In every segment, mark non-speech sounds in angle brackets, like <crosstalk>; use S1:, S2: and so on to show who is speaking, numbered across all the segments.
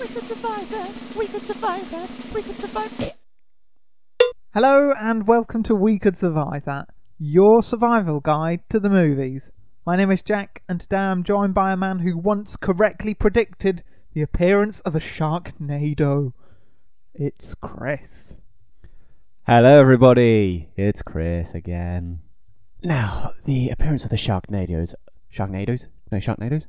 S1: We could survive that. We could survive that. We could survive.
S2: Hello and welcome to We Could Survive That, your survival guide to the movies. My name is Jack, and today I'm joined by a man who once correctly predicted the appearance of a sharknado. It's Chris.
S3: Hello, everybody. It's Chris again. Now, the appearance of the Sharknadoes. Sharknadoes? No, Sharknadoes?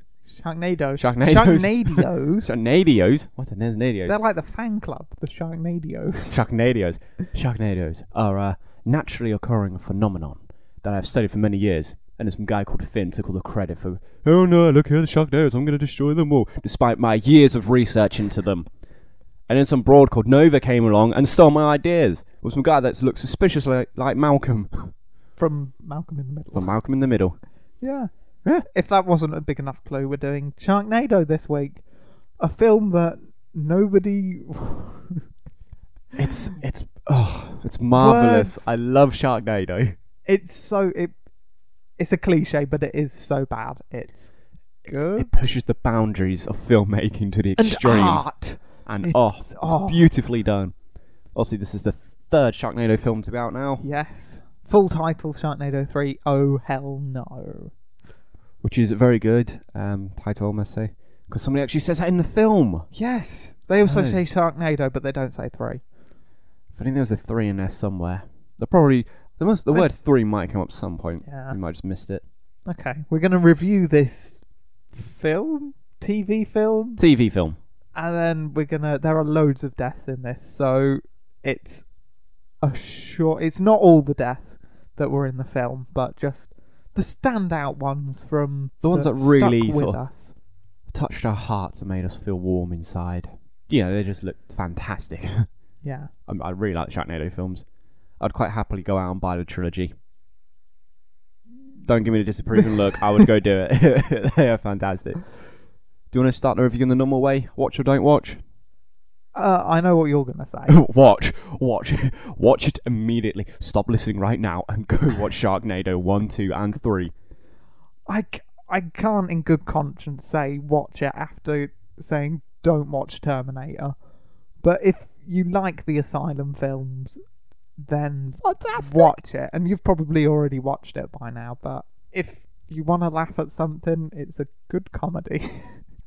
S2: Sharknado.
S3: Sharknadoes. <laughs>
S2: Sharknados.
S3: Sharknadoes? What the Nados?
S2: They're like the fan club, the Sharknados.
S3: Sharknadoes. Sharknadoes are a naturally occurring phenomenon that I've studied for many years. And there's some guy called Finn took all the credit for, oh no, look here, the Sharknadoes, I'm going to destroy them all, despite my years of research into them. And then some broad called Nova came along and stole my ideas. It was some guy that looked suspiciously like Malcolm. <laughs>
S2: From Malcolm in the Middle.
S3: From Malcolm in the Middle.
S2: Yeah.
S3: Yeah.
S2: If that wasn't a big enough clue, we're doing Sharknado this week, a film that nobody.
S3: It's it's oh, it's marvelous.
S2: Words.
S3: I love Sharknado.
S2: it's so it. It's a cliche, but it is so bad. It's good
S3: It pushes the boundaries of filmmaking to the
S2: and ah,
S3: extreme,
S2: art.
S3: and
S2: It's-
S3: oh, it's
S2: oh.
S3: beautifully done. Obviously, this is the third Sharknado film to be out now,
S2: Yes. Full title: Sharknado Three. Oh hell no!
S3: which is a very good um, title, I must say, because somebody actually says that in the film.
S2: Yes. They also
S3: No.
S2: say Sharknado, but they don't say three.
S3: I think there was a three in there somewhere. They probably the must the
S2: I-
S3: word three might come up some point.
S2: Yeah.
S3: You might have just missed it.
S2: Okay. We're gonna review this film, TV film.
S3: TV film.
S2: and then we're gonna there are loads of deaths in this so it's a short it's not all the deaths that were in the film but just the standout ones from
S3: The ones that
S2: stuck
S3: really
S2: with
S3: sort of-
S2: us
S3: Touched our hearts and made us feel warm inside. You know, they just looked fantastic.
S2: yeah
S3: I, I really like the Sharknado films. I'd quite happily go out and buy the trilogy. Don't give me the disapproving look. I would go do it. <laughs> they are fantastic. Do you want to start the review in the normal way? Watch or don't watch? <laughs>
S2: uh, i know what you're gonna say
S3: watch, watch, <laughs> watch it immediately. Stop listening right now and go <laughs> watch Sharknado one, two, and three.
S2: I, c- I can't in good conscience say watch it after saying don't watch terminator but if you like the asylum films then
S3: Fantastic.
S2: watch it. And you've probably already watched it by now, but if you want to laugh at something, it's a good comedy. <laughs>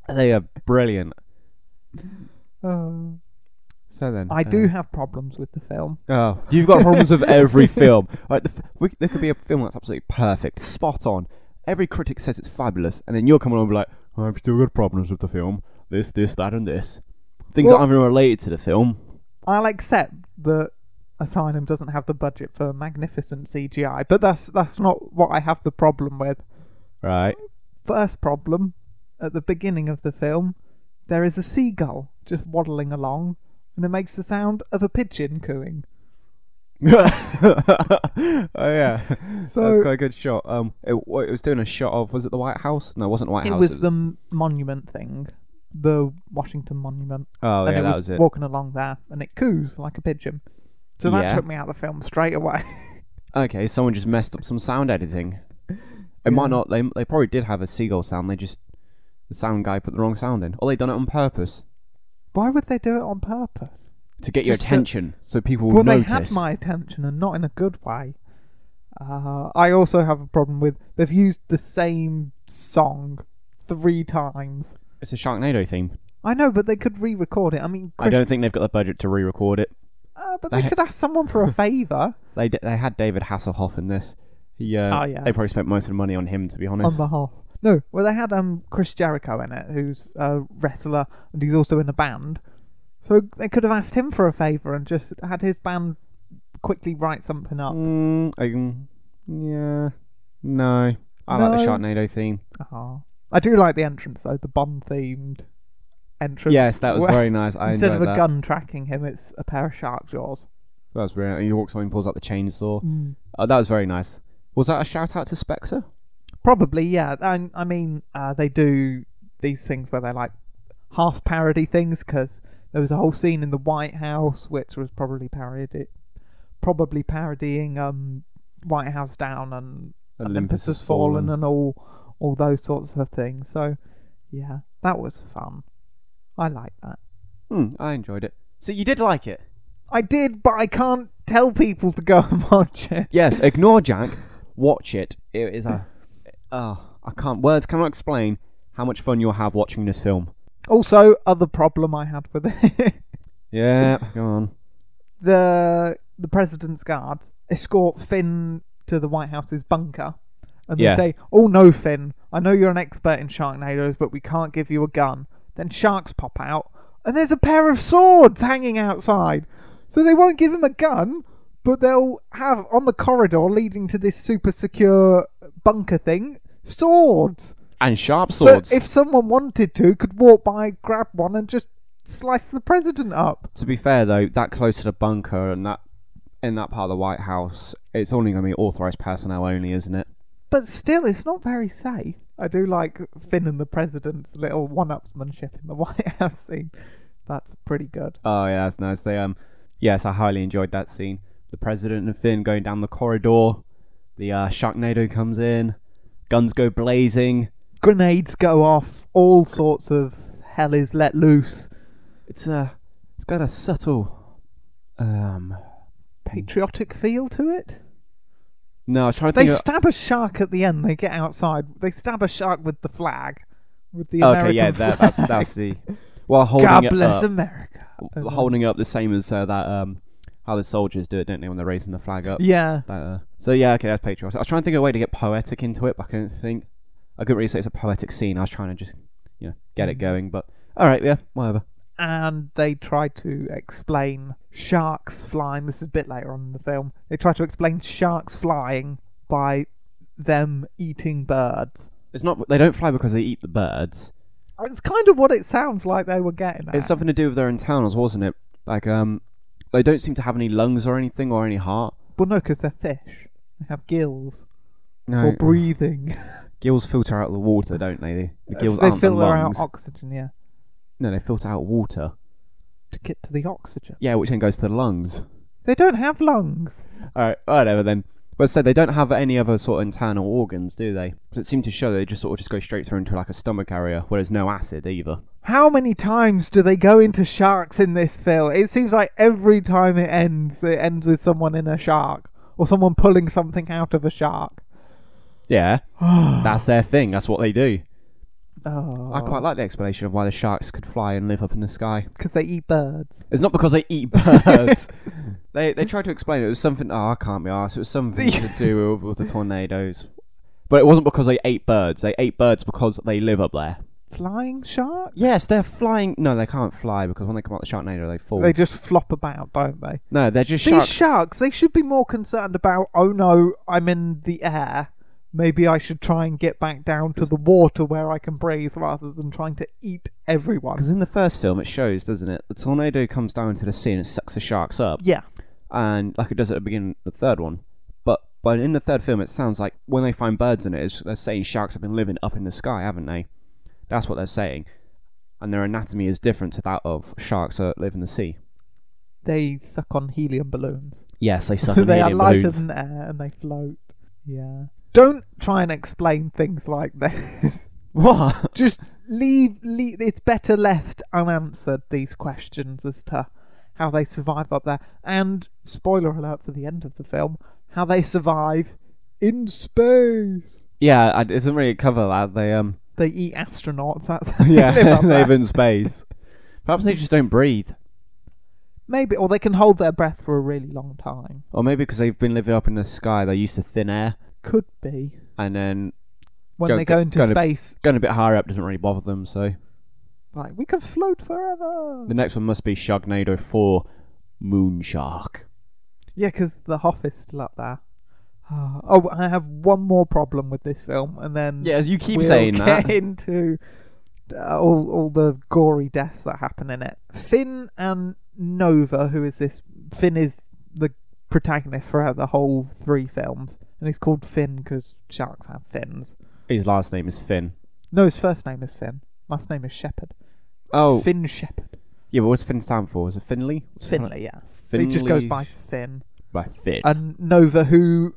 S3: They are brilliant.
S2: Uh,
S3: So then,
S2: I
S3: uh,
S2: do have problems with the film.
S3: Oh, you've got problems with every film. <laughs> Like the, f- we, there could be a film that's absolutely perfect, spot on. Every critic says it's fabulous, and then you'll come along and be like, "Oh, "I've still got problems with the film. This, this, that, and this. Things that
S2: Well-
S3: aren't even related to the film."
S2: I'll accept that Asylum doesn't have the budget for magnificent CGI, but that's that's not what I have the problem with. <laughs>
S3: Right? <laughs>
S2: First problem, at the beginning of the film, there is a seagull just waddling along, and it makes the sound of a pigeon cooing.
S3: oh yeah,
S2: So-
S3: that's quite a good shot. Um, it, wa- it was doing a shot of was it the White House? No, it wasn't the White
S2: It
S3: House.
S2: was the m- monument thing, the Washington Monument.
S3: oh
S2: and
S3: yeah,
S2: it
S3: that
S2: was,
S3: was it.
S2: walking along there, and it coos like a pigeon. So that
S3: Yeah.
S2: took me out of the film straight away. <laughs>
S3: Okay, someone just messed up some sound editing.
S2: Yeah.
S3: It might not. They they probably did have a seagull sound. They just the sound guy put the wrong sound in, or they done it on purpose
S2: Why would they do it on purpose?
S3: to get your
S2: Just to-
S3: attention, so people will
S2: well,
S3: notice.
S2: they had my attention, and not in a good way. Uh, I also have a problem with they've used the same song three times.
S3: It's a Sharknado theme.
S2: I know, but they could re-record it. I mean,
S3: I
S2: Chris,
S3: don't think they've got the budget to re-record it.
S2: uh, but
S3: they
S2: they
S3: ha-
S2: could ask someone for
S3: <laughs>
S2: a favor
S3: They d- they had David Hasselhoff in this. He, uh,
S2: Oh, yeah.
S3: They probably spent most of the money on him, to be
S2: on
S3: honest.
S2: behalf. No, well, they had um Chris Jericho in it, who's a wrestler, and he's also in a band. So they could have asked him for a favour and just had his band quickly write something up.
S3: Mm, I can- yeah. No. I like the
S2: No.
S3: Sharknado theme.
S2: Ah. I do like the entrance though, the Bond themed entrance. <laughs>
S3: Yes, that was
S2: where
S3: very nice. I
S2: Instead
S3: enjoyed
S2: of a
S3: that.
S2: gun tracking him, it's a pair of shark jaws.
S3: That was brilliant. He walks on and pulls out the chainsaw. Oh, that was very nice. Was that a shout out to Spectre?
S2: Probably, yeah. I, I mean, uh, they do these things where they're like half parody things because there was a whole scene in the White House which was probably parody, probably parodying um, White House Down and Olympus, Has Fallen, and all all those sorts of things. So, yeah, that was fun. I like that.
S3: Hmm, I enjoyed it. So you did like it?
S2: I did, but I can't tell people to go and <laughs> watch it.
S3: Yes, ignore Jack. Watch it. It is a. Oh, I can't. Words cannot explain how much fun you'll have watching this film.
S2: Also, other problem I had with it
S3: Yeah, go on.
S2: the the president's guards escort Finn to the White House's bunker, and
S3: Yeah.
S2: they say, "Oh no, Finn! I know you're an expert in Sharknadoes, but we can't give you a gun." Then sharks pop out, and there's a pair of swords hanging outside. So they won't give him a gun, but they'll have on the corridor leading to this super secure bunker thing swords.
S3: And sharp
S2: But
S3: swords.
S2: if someone wanted to, could walk by, grab one, and just slice the president up.
S3: To be fair though, that close to the bunker and that in that part of the White House, it's only going to be authorized personnel only, isn't it?
S2: But still, it's not very safe. I do like Finn and the President's little one-upsmanship in the <laughs> White House scene. That's pretty good.
S3: Oh yeah, that's nice. They um, yes, I highly enjoyed that scene. The president and Finn going down the corridor. The uh, Sharknado comes in. Guns go blazing.
S2: Grenades go off. All sorts of hell is let loose.
S3: It's uh, it's got a subtle. Um,
S2: Patriotic feel to it.
S3: no, I was trying to
S2: They
S3: think. of-
S2: stab a shark at the end. They get outside. They stab a shark with the flag, with the
S3: okay,
S2: American
S3: yeah,
S2: flag.
S3: that,
S2: <laughs>
S3: that's that's the. Well, holding
S2: God
S3: it
S2: bless
S3: up.
S2: America.
S3: w- holding up the same as uh, that um how the soldiers do it, don't they, when they're raising the flag up?
S2: Yeah,
S3: That, uh, so yeah, okay, that's patriotic. I was trying to think of a way to get poetic into it, but I couldn't think. I couldn't really say it's a poetic scene. I was trying to just you know get it
S2: Mm.
S3: going, but all right, yeah, whatever.
S2: and they try to explain sharks flying. This is a bit later on in the film. They try to explain sharks flying by them eating birds.
S3: It's not they don't fly because they eat the birds.
S2: It's kind of what it sounds like they were getting at.
S3: It's something to do with their internals, wasn't it? Like um, they don't seem to have any lungs or anything or any heart.
S2: well, no, because they're fish. They have gills
S3: No, uh,
S2: for breathing.
S3: gills filter out the water, don't they? The, the gills
S2: they
S3: aren't the
S2: filter out
S3: lungs.
S2: oxygen, yeah,
S3: no, they filter out water.
S2: to get to the oxygen.
S3: Yeah, which then goes to the lungs.
S2: They don't have lungs.
S3: All right, whatever then. But so they don't have any other sort of internal organs, do they? Because it seemed to show they just sort of just go straight through into like a stomach area, where there's no acid either.
S2: How many times do they go into sharks in this film? It seems like every time it ends, it ends with someone in a shark or someone pulling something out of a shark. <gasps>
S3: Yeah, that's their thing. That's what they do.
S2: Oh,
S3: I quite like the explanation of why the sharks could fly and live up in the sky.
S2: because they eat birds.
S3: It's not because they <laughs> eat birds. they they tried to explain it. It was something. Oh, I can't be arsed. It was something to <laughs> do with, with the tornadoes. But it wasn't because they ate birds. They ate birds because they live up there.
S2: Flying sharks?
S3: Yes, they're flying. No, they can't fly because when they come out the Sharknado, they fall.
S2: They just flop about, don't they?
S3: no, they're just
S2: Oh. These
S3: sharks.
S2: sharks, they should be more concerned about, oh no, I'm in the air. Maybe I should try and get back down to the water where I can breathe rather than trying to eat everyone.
S3: Because in the first film, it shows, doesn't it? The tornado comes down to the sea and it sucks the sharks up,
S2: Yeah.
S3: and like it does at the beginning of the third one. But but in the third film, it sounds like when they find birds in it, it's, they're saying sharks have been living up in the sky, haven't they? That's what they're saying, and their anatomy is different to that of sharks that live in the sea.
S2: They suck on helium balloons. <laughs>
S3: Yes, they suck.
S2: they are
S3: helium
S2: lighter
S3: balloons.
S2: than air and they float. Yeah. Don't try and explain things like <laughs> this.
S3: <laughs> What?
S2: Just leave, leave. It's better left unanswered these questions as to how they survive up there. And spoiler alert for the end of the film: how they survive in space.
S3: Yeah, I- it doesn't really cover that.
S2: <laughs>
S3: They um. <laughs>
S2: They eat astronauts. That's how they live
S3: Yeah,
S2: up there.
S3: live in space. Perhaps they just don't breathe,
S2: maybe, or they can hold their breath for a really long time.
S3: or maybe because they've been living up in the sky, they're used to thin air,
S2: Could be
S3: and then
S2: when
S3: Go-
S2: they go into
S3: gonna-
S2: space,
S3: going a bit higher up doesn't really bother them. So
S2: Hmm. like we can float forever.
S3: the next one must be Sharknado Four, Moon Shark.
S2: Yeah, because the Hoff is still up there. <sighs> Ah, Oh, I have one more problem with this film, and then
S3: Yeah, you keep
S2: we'll
S3: saying
S2: get <laughs>
S3: that.
S2: into uh, all all the gory deaths that happen in it. Finn and Nova, who is this? Finn is the protagonist throughout the whole three films, and he's called Finn because sharks have fins.
S3: <laughs> His last name is Finn.
S2: No, his first name is Finn. Last name is Shepherd.
S3: Oh,
S2: Finn Shepherd.
S3: yeah, but what's Finn stand for? Is it Finley? What's it
S2: Finley, yeah.
S3: Finley.
S2: He just goes by Finn.
S3: by Finn.
S2: and Nova, who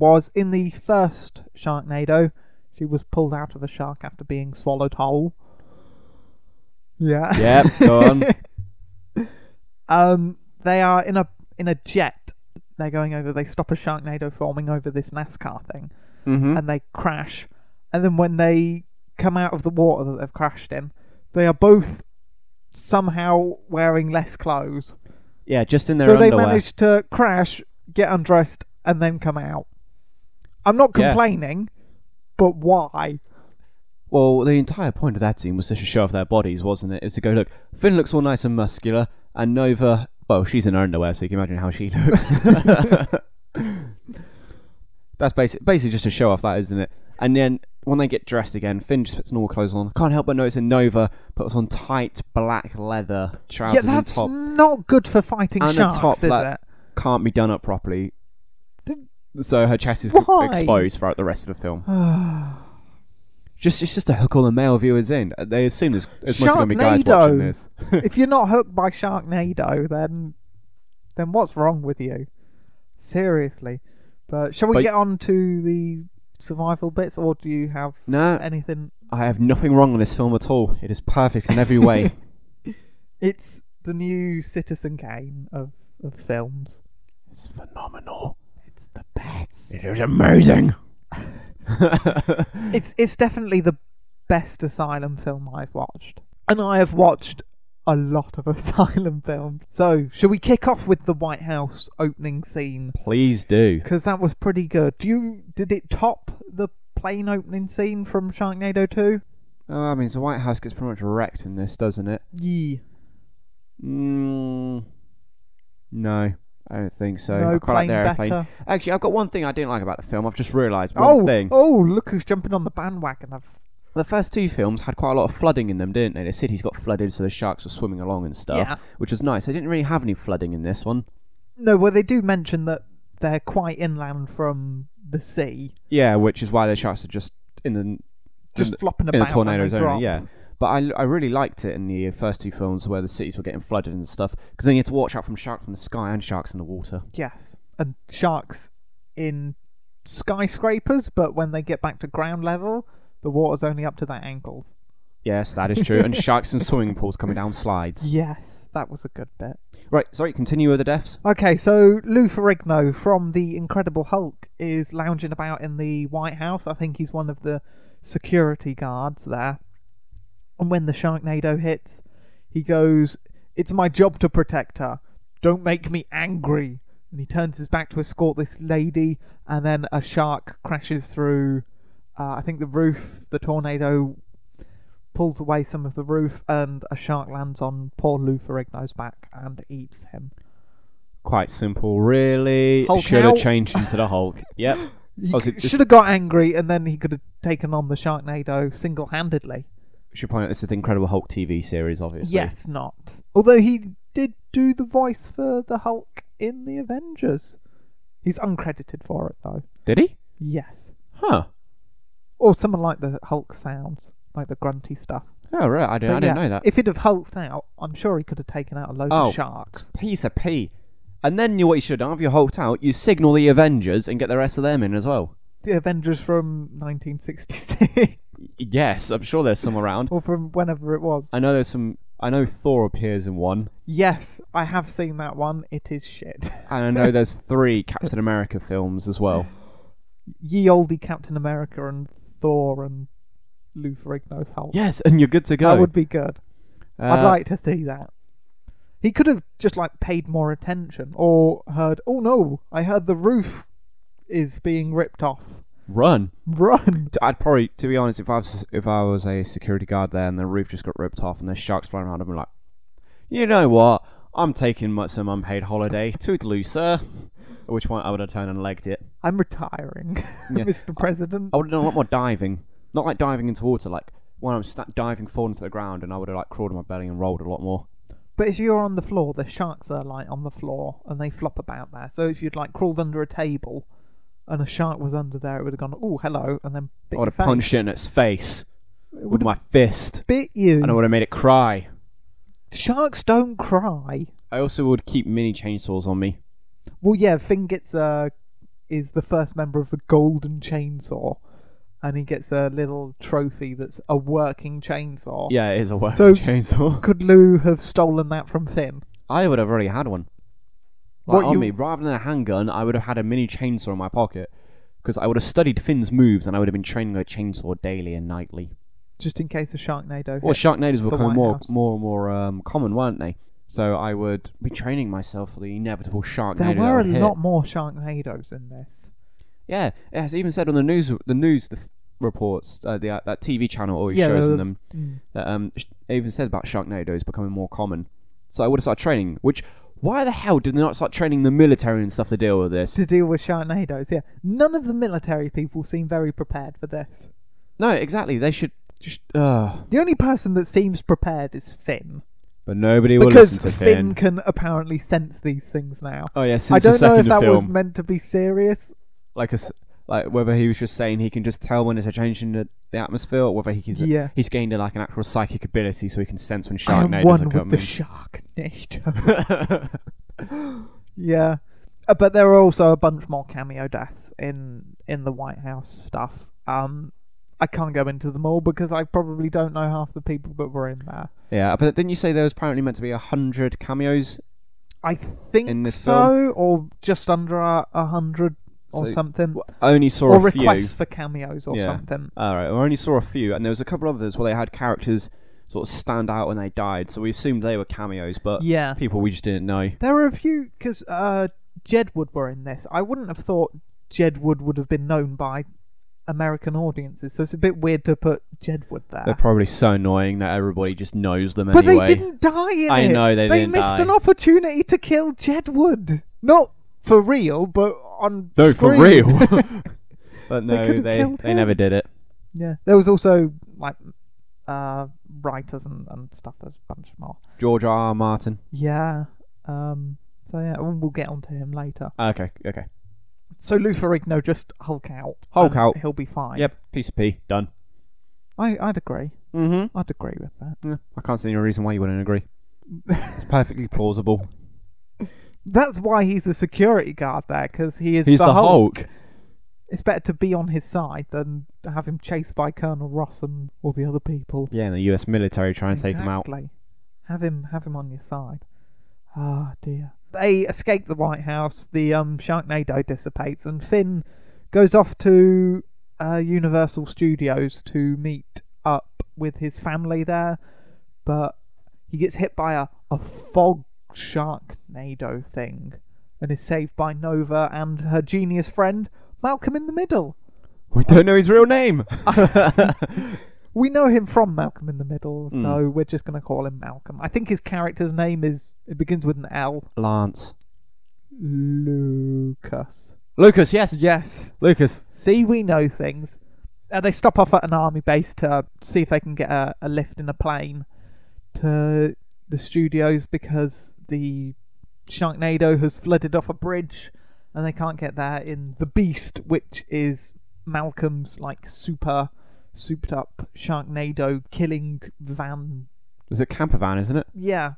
S2: was in the first Sharknado, she was pulled out of a shark after being swallowed whole. Yeah.
S3: Yep, go on.
S2: <laughs> Um, they are in a in a jet. They're going over. They stop a sharknado forming over this NASCAR thing,
S3: Mm-hmm.
S2: and they crash. And then when they come out of the water that they've crashed in, they are both somehow wearing less clothes.
S3: Yeah, just in their
S2: so they
S3: underwear.
S2: manage to crash, get undressed, and then come out. I'm not
S3: Yeah.
S2: complaining, but why?
S3: Well, the entire point of that scene was just to show off their bodies, wasn't it? It was to go, look, Finn looks all nice and muscular, and Nova, well, she's in her underwear, so you can imagine how she looks. <laughs> That's basic, basically just to show off that, isn't it? And then when they get dressed again, Finn just puts normal clothes on. Can't help but notice that Nova puts on tight black leather
S2: yeah,
S3: trousers
S2: that's
S3: and top.
S2: not good for fighting
S3: And a
S2: sharks,
S3: top
S2: is
S3: that-
S2: it?
S3: Can't be done up properly.
S2: The-
S3: So her chest is
S2: Why?
S3: exposed throughout the rest of the film. Just it's just to hook all the male viewers in. They assume there's, there's mostly gonna be guys watching
S2: Sharknado.
S3: this.
S2: <sighs> if you're not hooked by Sharknado, then then what's wrong with you? Seriously. But shall we
S3: But-
S2: get on to the survival bits, or do you have
S3: no,
S2: anything?
S3: I have nothing wrong with this film at all. It is perfect in every <laughs> way.
S2: It's the new Citizen Kane of, of films.
S3: it's phenomenal.
S2: It's the best.
S3: It is amazing. <laughs>
S2: It's it's definitely the best asylum film I've watched, and I have watched a lot of <laughs> asylum films. So, shall we kick off with the White House opening scene?
S3: Please do.
S2: because that was pretty good. Do you did it top the plane opening scene from Sharknado Two?
S3: Oh, I mean, the White House gets pretty much wrecked in this, doesn't it?
S2: Yeah.
S3: Mm, no, I don't think so. I
S2: no
S3: quite
S2: plane
S3: like the airplane.
S2: better.
S3: Actually, I've got one thing I didn't like about the film. I've just realised one
S2: Oh,
S3: thing.
S2: oh, look who's jumping on the bandwagon! I've
S3: The first two films had quite a lot of flooding in them, didn't they? The cities got flooded, so the sharks were swimming along and stuff,
S2: Yeah.
S3: which was nice. They didn't really have any flooding in this one.
S2: no, well they do mention that they're quite inland from the sea,
S3: Yeah, which is why the sharks are just in the
S2: just
S3: in
S2: flopping
S3: the, in
S2: about
S3: the tornadoes
S2: when they
S3: only.
S2: drop.
S3: Yeah, but I, I really liked it in the first two films where the cities were getting flooded and stuff because then you had to watch out from sharks from the sky and sharks in the water.
S2: Yes, and sharks in skyscrapers, but when they get back to ground level, the water's only up to their ankles.
S3: Yes, that is true. and sharks in swimming pools coming down slides.
S2: Yes, that was a good bit.
S3: <laughs> Right, sorry. Continue with the deaths.
S2: Okay, so Lou Ferrigno from The Incredible Hulk is lounging about in the White House. I think he's one of the security guards there. And when the Sharknado hits, he goes, It's my job to protect her. Don't make me angry. And he turns his back to escort this lady, and then a shark crashes through, uh, I think, the roof. The tornado pulls away some of the roof, and a shark lands on poor Lou Ferrigno's back and eats him.
S3: Quite simple, really.
S2: Hulk
S3: Should have
S2: out.
S3: changed into the <laughs> Hulk. yep.
S2: He
S3: Oh, is it just-
S2: should have got angry, and then he could have taken on the Sharknado single-handedly.
S3: Should point out this is the Incredible Hulk TV series, obviously.
S2: Yes, not. Although he did do the voice for the Hulk in the Avengers. He's uncredited for it though.
S3: Did he?
S2: Yes,
S3: Huh.
S2: or someone like the Hulk sounds, like the grunty stuff.
S3: Oh right, I didn't, I
S2: But
S3: didn't
S2: yeah,
S3: know that.
S2: If he'd have hulked out, I'm sure he could have taken out a load
S3: Oh.
S2: of sharks.
S3: piece of pee. And then you, what you should have done, if you hulked out, you signal the Avengers and get the rest of them in as well.
S2: The Avengers from 1966,
S3: Y- Yes, I'm sure there's some around.
S2: <laughs> or from whenever it was.
S3: I know there's some. I know Thor appears in one,
S2: Yes, I have seen that one. It is shit. <laughs>
S3: and I know there's three Captain America films as well.
S2: ye olde Captain America and Thor and Lou Ferrigno's Hulk.
S3: Yes, and you're good to go.
S2: that would be good. I'd
S3: Uh,
S2: like to see that. He could have just like paid more attention or heard, "Oh no, I heard the roof is being ripped off.
S3: run.
S2: Run!"
S3: T- I'd probably, to be honest, if I was if I was a security guard there and the roof just got ripped off and there's sharks flying around, I'd be like, you know what? I'm taking my- some unpaid holiday. Toodaloo, sir. At which point I would have turned and legged it.
S2: I'm retiring, <laughs>
S3: Yeah. Oh.
S2: Mr. President.
S3: I would have done a lot more diving. Not like diving into water, like when I was sta- diving forward into the ground and I would have like crawled on my belly and rolled a lot more.
S2: But if you're on the floor, the sharks are like on the floor and they flop about there. So if you'd like crawled under a table and a shark was under there, it would have gone, "Oh, hello," and then bit
S3: I would
S2: your
S3: have punched it
S2: face.
S3: in its face with my fist
S2: Bit you.
S3: and I would have made it cry.
S2: Sharks don't cry.
S3: I also would keep mini chainsaws on me.
S2: Well, yeah, Fingitz uh, is the first member of the Golden Chainsaw, and he gets a little trophy that's a working chainsaw.
S3: Yeah, it is a working
S2: So-
S3: <laughs> chainsaw.
S2: Could Lou have stolen that from Finn?
S3: I would have already had one. Like,
S2: What
S3: on
S2: you-
S3: me, rather than a handgun, I would have had a mini chainsaw in my pocket because I would have studied Finn's moves and I would have been training a chainsaw daily and nightly.
S2: Just in case of Sharknado.
S3: Well, sharknadoes were
S2: The
S3: becoming
S2: White
S3: more,
S2: House.
S3: more and more um, common, weren't they? So I would be training myself for the inevitable sharknado.
S2: there
S3: that
S2: were a
S3: would hit.
S2: lot more Sharknadoes in this.
S3: Yeah, it has even said on the news, the news the f- reports, uh, the uh, that TV channel always
S2: yeah, there
S3: shows in
S2: was-
S3: them.
S2: Mm.
S3: That, um, sh- it even said about sharknadoes becoming more common. So I would have started training. Which, why the hell did they not start training the military and stuff to deal with this?
S2: to deal with Sharknadoes. Yeah, none of the military people seem very prepared for this.
S3: No, exactly. They should just. Uh,
S2: The only person that seems prepared is Finn,
S3: but nobody will
S2: because
S3: listen to
S2: Finn
S3: Finn.
S2: can apparently sense these things now.
S3: oh yeah, since
S2: I
S3: the
S2: don't know
S3: second
S2: if that
S3: film,
S2: was meant to be serious.
S3: like a s like whether he was just saying he can just tell when it's a change in the, the atmosphere, or whether he can,
S2: Yeah.
S3: he's gained uh, like an actual psychic ability, so he can sense when
S2: I am
S3: sharknadoes
S2: one
S3: are
S2: with the
S3: coming.
S2: Sharknado. <laughs> yeah, Uh, but there are also a bunch more cameo deaths in in the White House stuff. Um, I can't go into them all because I probably don't know half the people that were in there.
S3: <laughs> yeah, but didn't you say there was apparently meant to be a hundred cameos?
S2: I think
S3: In this
S2: so, or just under a, a hundred or
S3: So-
S2: something,
S3: I only saw
S2: or
S3: a few.
S2: requests for cameos or
S3: Yeah.
S2: something.
S3: All right, I only saw a few, and there was a couple others where they had characters sort of stand out when they died, so we assumed they were cameos, but
S2: Yeah,
S3: people we just didn't know.
S2: there were a few because uh, Jedwood were in this. I wouldn't have thought Jedwood would have been known by American audiences, so it's a bit weird to put Jedwood
S3: They're
S2: there.
S3: probably so annoying that everybody just knows them
S2: Uh, but
S3: anyway.
S2: they didn't die in
S3: I
S2: it.
S3: know they didn't
S2: missed
S3: die.
S2: an opportunity to kill Jedwood. Not for real, but on
S3: no,
S2: screen.
S3: for real.
S2: <laughs>
S3: <laughs> but no,
S2: could've
S3: they
S2: killed
S3: they,
S2: him.
S3: never did it.
S2: Yeah, there was also like uh, writers and, and stuff. There's a bunch more.
S3: George R. R. Martin.
S2: Yeah. Um. So yeah, we'll we'll get onto him later.
S3: Okay, okay.
S2: So Lou Ferrigno just hulk out.
S3: Hulk
S2: and
S3: out.
S2: He'll be fine.
S3: Yep, piece of pee. Done.
S2: I I'd agree.
S3: Mm-hmm.
S2: I'd agree with that.
S3: I can't see any reason why you
S2: <laughs>
S3: wouldn't agree. It's perfectly plausible.
S2: That's why he's a security guard there, because he is
S3: He's
S2: the,
S3: the
S2: Hulk.
S3: Hulk.
S2: It's better to be on his side than to have him chased by Colonel Ross and all the other people.
S3: Yeah, and the U.S. military try and take him out.
S2: Exactly. Have him have him on your side. Ah dear. They escape the White House. The um, Sharknado dissipates, and Finn goes off to uh, Universal Studios to meet up with his family there. But he gets hit by a, a fog Sharknado thing, and is saved by Nova and her genius friend Malcolm in the Middle.
S3: We don't know his
S2: <laughs>
S3: real name. <laughs>
S2: We know him from Malcolm in the Middle, so we're just going to call him Malcolm. I think his character's name is it begins with an L.
S3: Lance.
S2: Lucas.
S3: Lucas, yes.
S2: Yes.
S3: Lucas.
S2: See, we know things. Uh, they stop off at an army base to see if they can get a, a lift in a plane to the studios because the Sharknado has flooded off a bridge and they can't get there in the Beast, which is Malcolm's like super souped up Sharknado killing van.
S3: Is it camper van, isn't it?
S2: Yeah,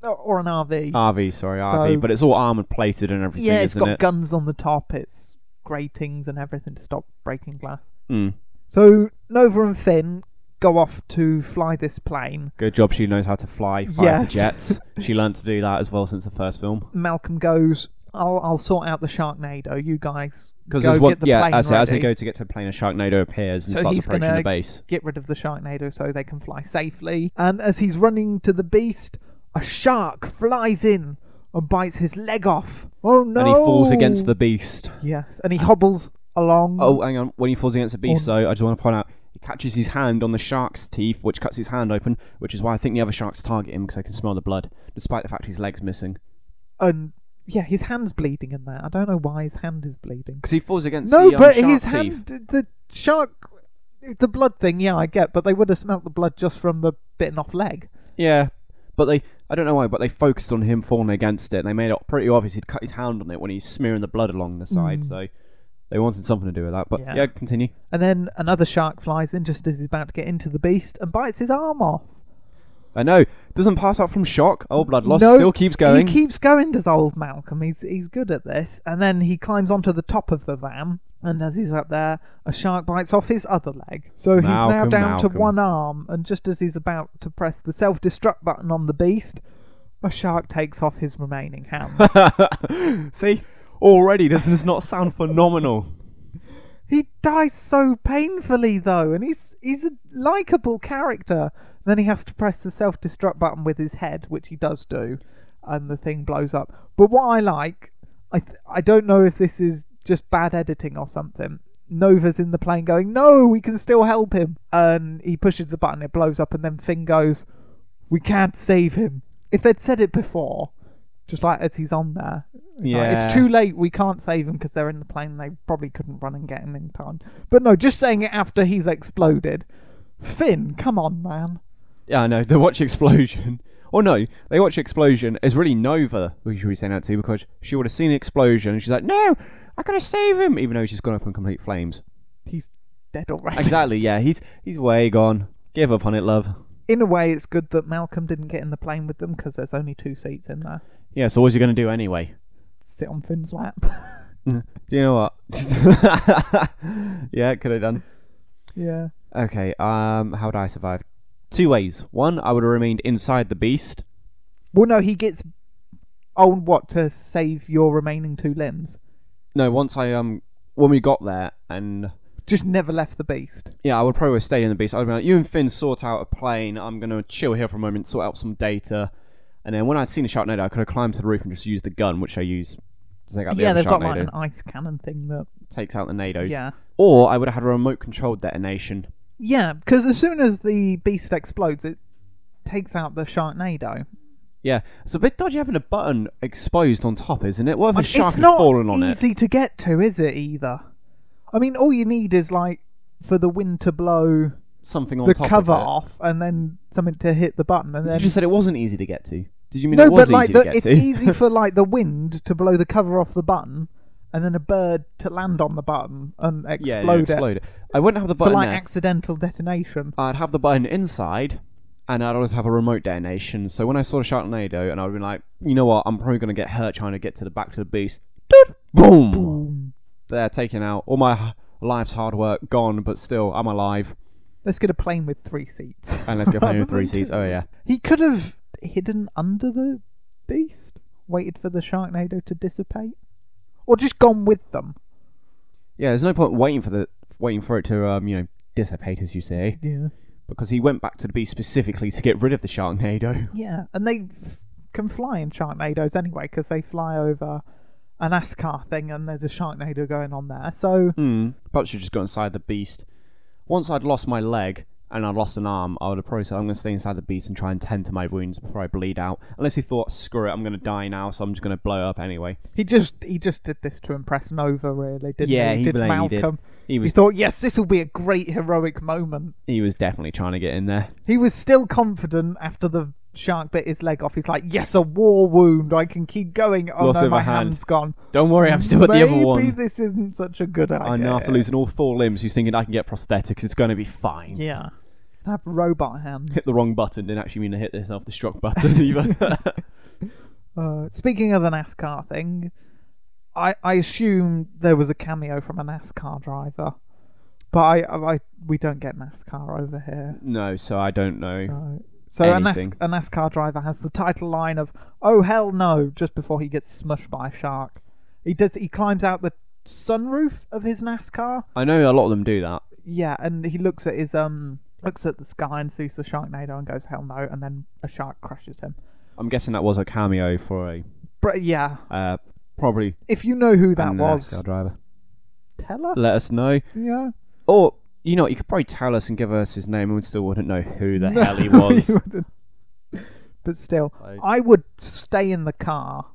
S2: or, or an RV.
S3: RV, sorry, RV.
S2: So-
S3: But it's all armoured plated and everything,
S2: yeah, it's
S3: isn't
S2: got
S3: it?
S2: guns on the top. It's gratings and everything to stop breaking glass.
S3: Mm.
S2: So Nova and Finn go off to fly this plane.
S3: Good job she knows how to fly fighter
S2: Yes. <laughs>
S3: jets. She learned to do that as well since the first film.
S2: Malcolm goes, "I'll I'll sort out the Sharknado. You guys
S3: Because
S2: go
S3: there's one,
S2: get the
S3: yeah,
S2: plane
S3: as, as they
S2: ready.
S3: go to get to the plane, a Sharknado appears and
S2: So
S3: starts
S2: he's
S3: approaching
S2: gonna-
S3: the base.
S2: get rid of the Sharknado so they can fly safely." And as he's running to the beast, a shark flies in and bites his leg off. Oh no!
S3: And he falls against the beast.
S2: yes, and he hobbles along.
S3: Oh, hang on. When he falls against the beast,
S2: On-
S3: though, I just want to point out he catches his hand on the shark's teeth, which cuts his hand open, which is why I think the other sharks target him because they can smell the blood, despite the fact his leg's missing.
S2: and yeah, his hand's bleeding in there. I don't know why his hand is bleeding.
S3: Because he falls against
S2: No,
S3: the um,
S2: but
S3: shark
S2: his
S3: teeth.
S2: hand, the shark, the blood thing. Yeah, I get, but they would have smelt the blood just from the bitten off leg.
S3: Yeah, but they. I don't know why, but they focused on him falling against it, and they made it pretty obvious he'd cut his hand on it when he's smearing the blood along the side. So they wanted something to do with that. But
S2: Mm. Yeah.
S3: yeah, continue.
S2: And then another shark flies in just as he's about to get into the beast and bites his arm off.
S3: I know. Doesn't pass out from shock. Old blood loss
S2: No,
S3: still keeps going.
S2: He keeps going, does old Malcolm. He's he's good at this. And then he climbs onto the top of the van, and as he's up there, a shark bites off his other leg. So he's now
S3: Malcolm,
S2: down to
S3: Malcolm.
S2: one arm, and just as he's about to press the self destruct button on the beast, a shark takes off his remaining hand.
S3: See, already doesn't this not sound phenomenal?
S2: he dies so painfully though, and he's he's a likable character. Then he has to press the self destruct button with his head, which he does do, and the thing blows up. But what I like, I th- I don't know if this is just bad editing or something. Nova's in the plane going, no, we can still help him, and he pushes the button, it blows up, and then Finn goes, we can't save him. If they'd said it before, just like as he's on there, <laughs> it's like,
S3: Yeah.
S2: it's too late. We can't save him because they're in the plane. They probably couldn't run and get him in time. But no, just saying it after he's exploded. Finn, come on, man.
S3: Yeah, I know. They watch Explosion. <laughs> Or no, they watch Explosion. It's really Nova who should be saying that to because she would have seen Explosion and she's like, no, I gotta save him, even though she's gone up in complete flames.
S2: He's dead already.
S3: Exactly. Yeah, he's he's way gone. Give up on it, love.
S2: <laughs> In a way, it's good that Malcolm didn't get in the plane with them because there's only two seats in there.
S3: Yeah. So what's he gonna do anyway?
S2: Sit on Finn's lap. <laughs>
S3: Do you know what? <laughs> yeah, could have done.
S2: yeah.
S3: Okay, um, how would I survive? Two ways. One, I would have remained inside the beast.
S2: Well, no, he gets. Oh, what to save your remaining two limbs?
S3: No, once I um, when we got there, and
S2: Just never left the beast.
S3: yeah, I would probably stay in the beast. I'd be like, you and Finn sort out a plane. I'm gonna chill here for a moment, sort out some data, and then when I'd seen the Sharknado, I could have climbed to the roof and just used the gun, which I use. To take out the
S2: yeah,
S3: other
S2: they've got
S3: Sharknado.
S2: like an ice cannon thing that.
S3: takes out the nados.
S2: Yeah.
S3: Or I would have had a remote controlled detonation.
S2: Yeah, because as soon as the beast explodes, it takes out the Sharknado.
S3: Yeah, it's a bit dodgy having a button exposed on top, isn't it? What if a
S2: And
S3: shark
S2: it's
S3: had
S2: not
S3: fallen on it?
S2: easy to get to, is it? Either. I mean, all you need is like for the wind to blow
S3: Something on
S2: the
S3: top
S2: cover
S3: of it.
S2: off, and then something to hit the button, and
S3: You
S2: then.
S3: just said it wasn't easy to get to. Did you mean
S2: no,
S3: it was
S2: but like
S3: easy
S2: the,
S3: to <laughs> get
S2: it's
S3: to?
S2: easy for like the wind to blow the cover off the button, and then a bird to land on the button and explode,
S3: <laughs> yeah, yeah, explode it. I wouldn't have the
S2: it for
S3: button
S2: like
S3: there.
S2: accidental detonation.
S3: I'd have the button inside, and I'd always have a remote detonation. So when I saw the Sharknado, and I'd be like, you know what, I'm probably gonna get hurt trying to get to the back to the beast. Doot! Boom!
S2: Boom.
S3: They're taken out. All my h- life's hard work gone, but still, I'm alive.
S2: Let's get a plane with three seats.
S3: And let's
S2: <laughs>
S3: get playing with
S2: Rather
S3: three
S2: than
S3: C's.
S2: two.
S3: Oh yeah.
S2: He could have hidden under the beast, waited for the Sharknado to dissipate, or just gone with them.
S3: Yeah, there's no point waiting for the waiting for it to um, you know dissipate as you say,
S2: Yeah.
S3: because he went back to the beast specifically to get rid of the Sharknado.
S2: Yeah, and they f- can fly in Sharknadoes anyway because they fly over an ASCAR thing and there's a Sharknado going on there. So
S3: Hmm. Perhaps you just go inside the beast. Once I'd lost my leg and I'd lost an arm, I would have probably said, I'm going to stay inside the beast and try and tend to my wounds before I bleed out. Unless he thought, screw it, I'm going to die now, so I'm just going to blow up anyway.
S2: he just he just did this to impress Nova, really, didn't
S3: Yeah,
S2: he?
S3: he
S2: did
S3: blamed it.
S2: Malcolm.
S3: He
S2: He <laughs>
S3: was
S2: thought, yes, this will be a great heroic moment.
S3: he was definitely trying to get in there.
S2: He was still confident after the shark bit his leg off. He's like, yes, a war wound. I can keep going. Oh
S3: Loss
S2: no,
S3: of
S2: my
S3: a hand.
S2: hand's gone.
S3: Don't worry, I'm still at
S2: Maybe
S3: the other one.
S2: this isn't such a good idea.
S3: I know after losing all four limbs, he's thinking I can get prosthetics. It's going to be fine.
S2: Yeah. Have robot hands.
S3: <laughs> Hit the wrong button didn't actually mean to hit the self-destruct button <laughs> either.
S2: Uh, speaking of the NASCAR thing, I I assume there was a cameo from a NASCAR driver, but I I we don't get NASCAR over here.
S3: no, so I don't know.
S2: So, so a, NAS-
S3: Anything.
S2: a NASCAR driver has the title line of "Oh hell no!" just before he gets smushed by a shark. He does. He climbs out the sunroof of his NASCAR.
S3: I know a lot of them do that.
S2: Yeah, and he looks at his um looks at the sky and sees the Sharknado and goes hell no, and then a shark crushes him.
S3: I'm guessing that was a cameo for a
S2: But yeah,
S3: uh, probably
S2: if you know who that
S3: an
S2: was,
S3: NASCAR driver.
S2: tell us.
S3: Let us know.
S2: Yeah,
S3: Or you know, what, you could probably tell us and give us his name, and we still wouldn't know who the
S2: <laughs> No,
S3: hell he was.
S2: you wouldn't. but still,
S3: <laughs> Like-
S2: I would stay in the car.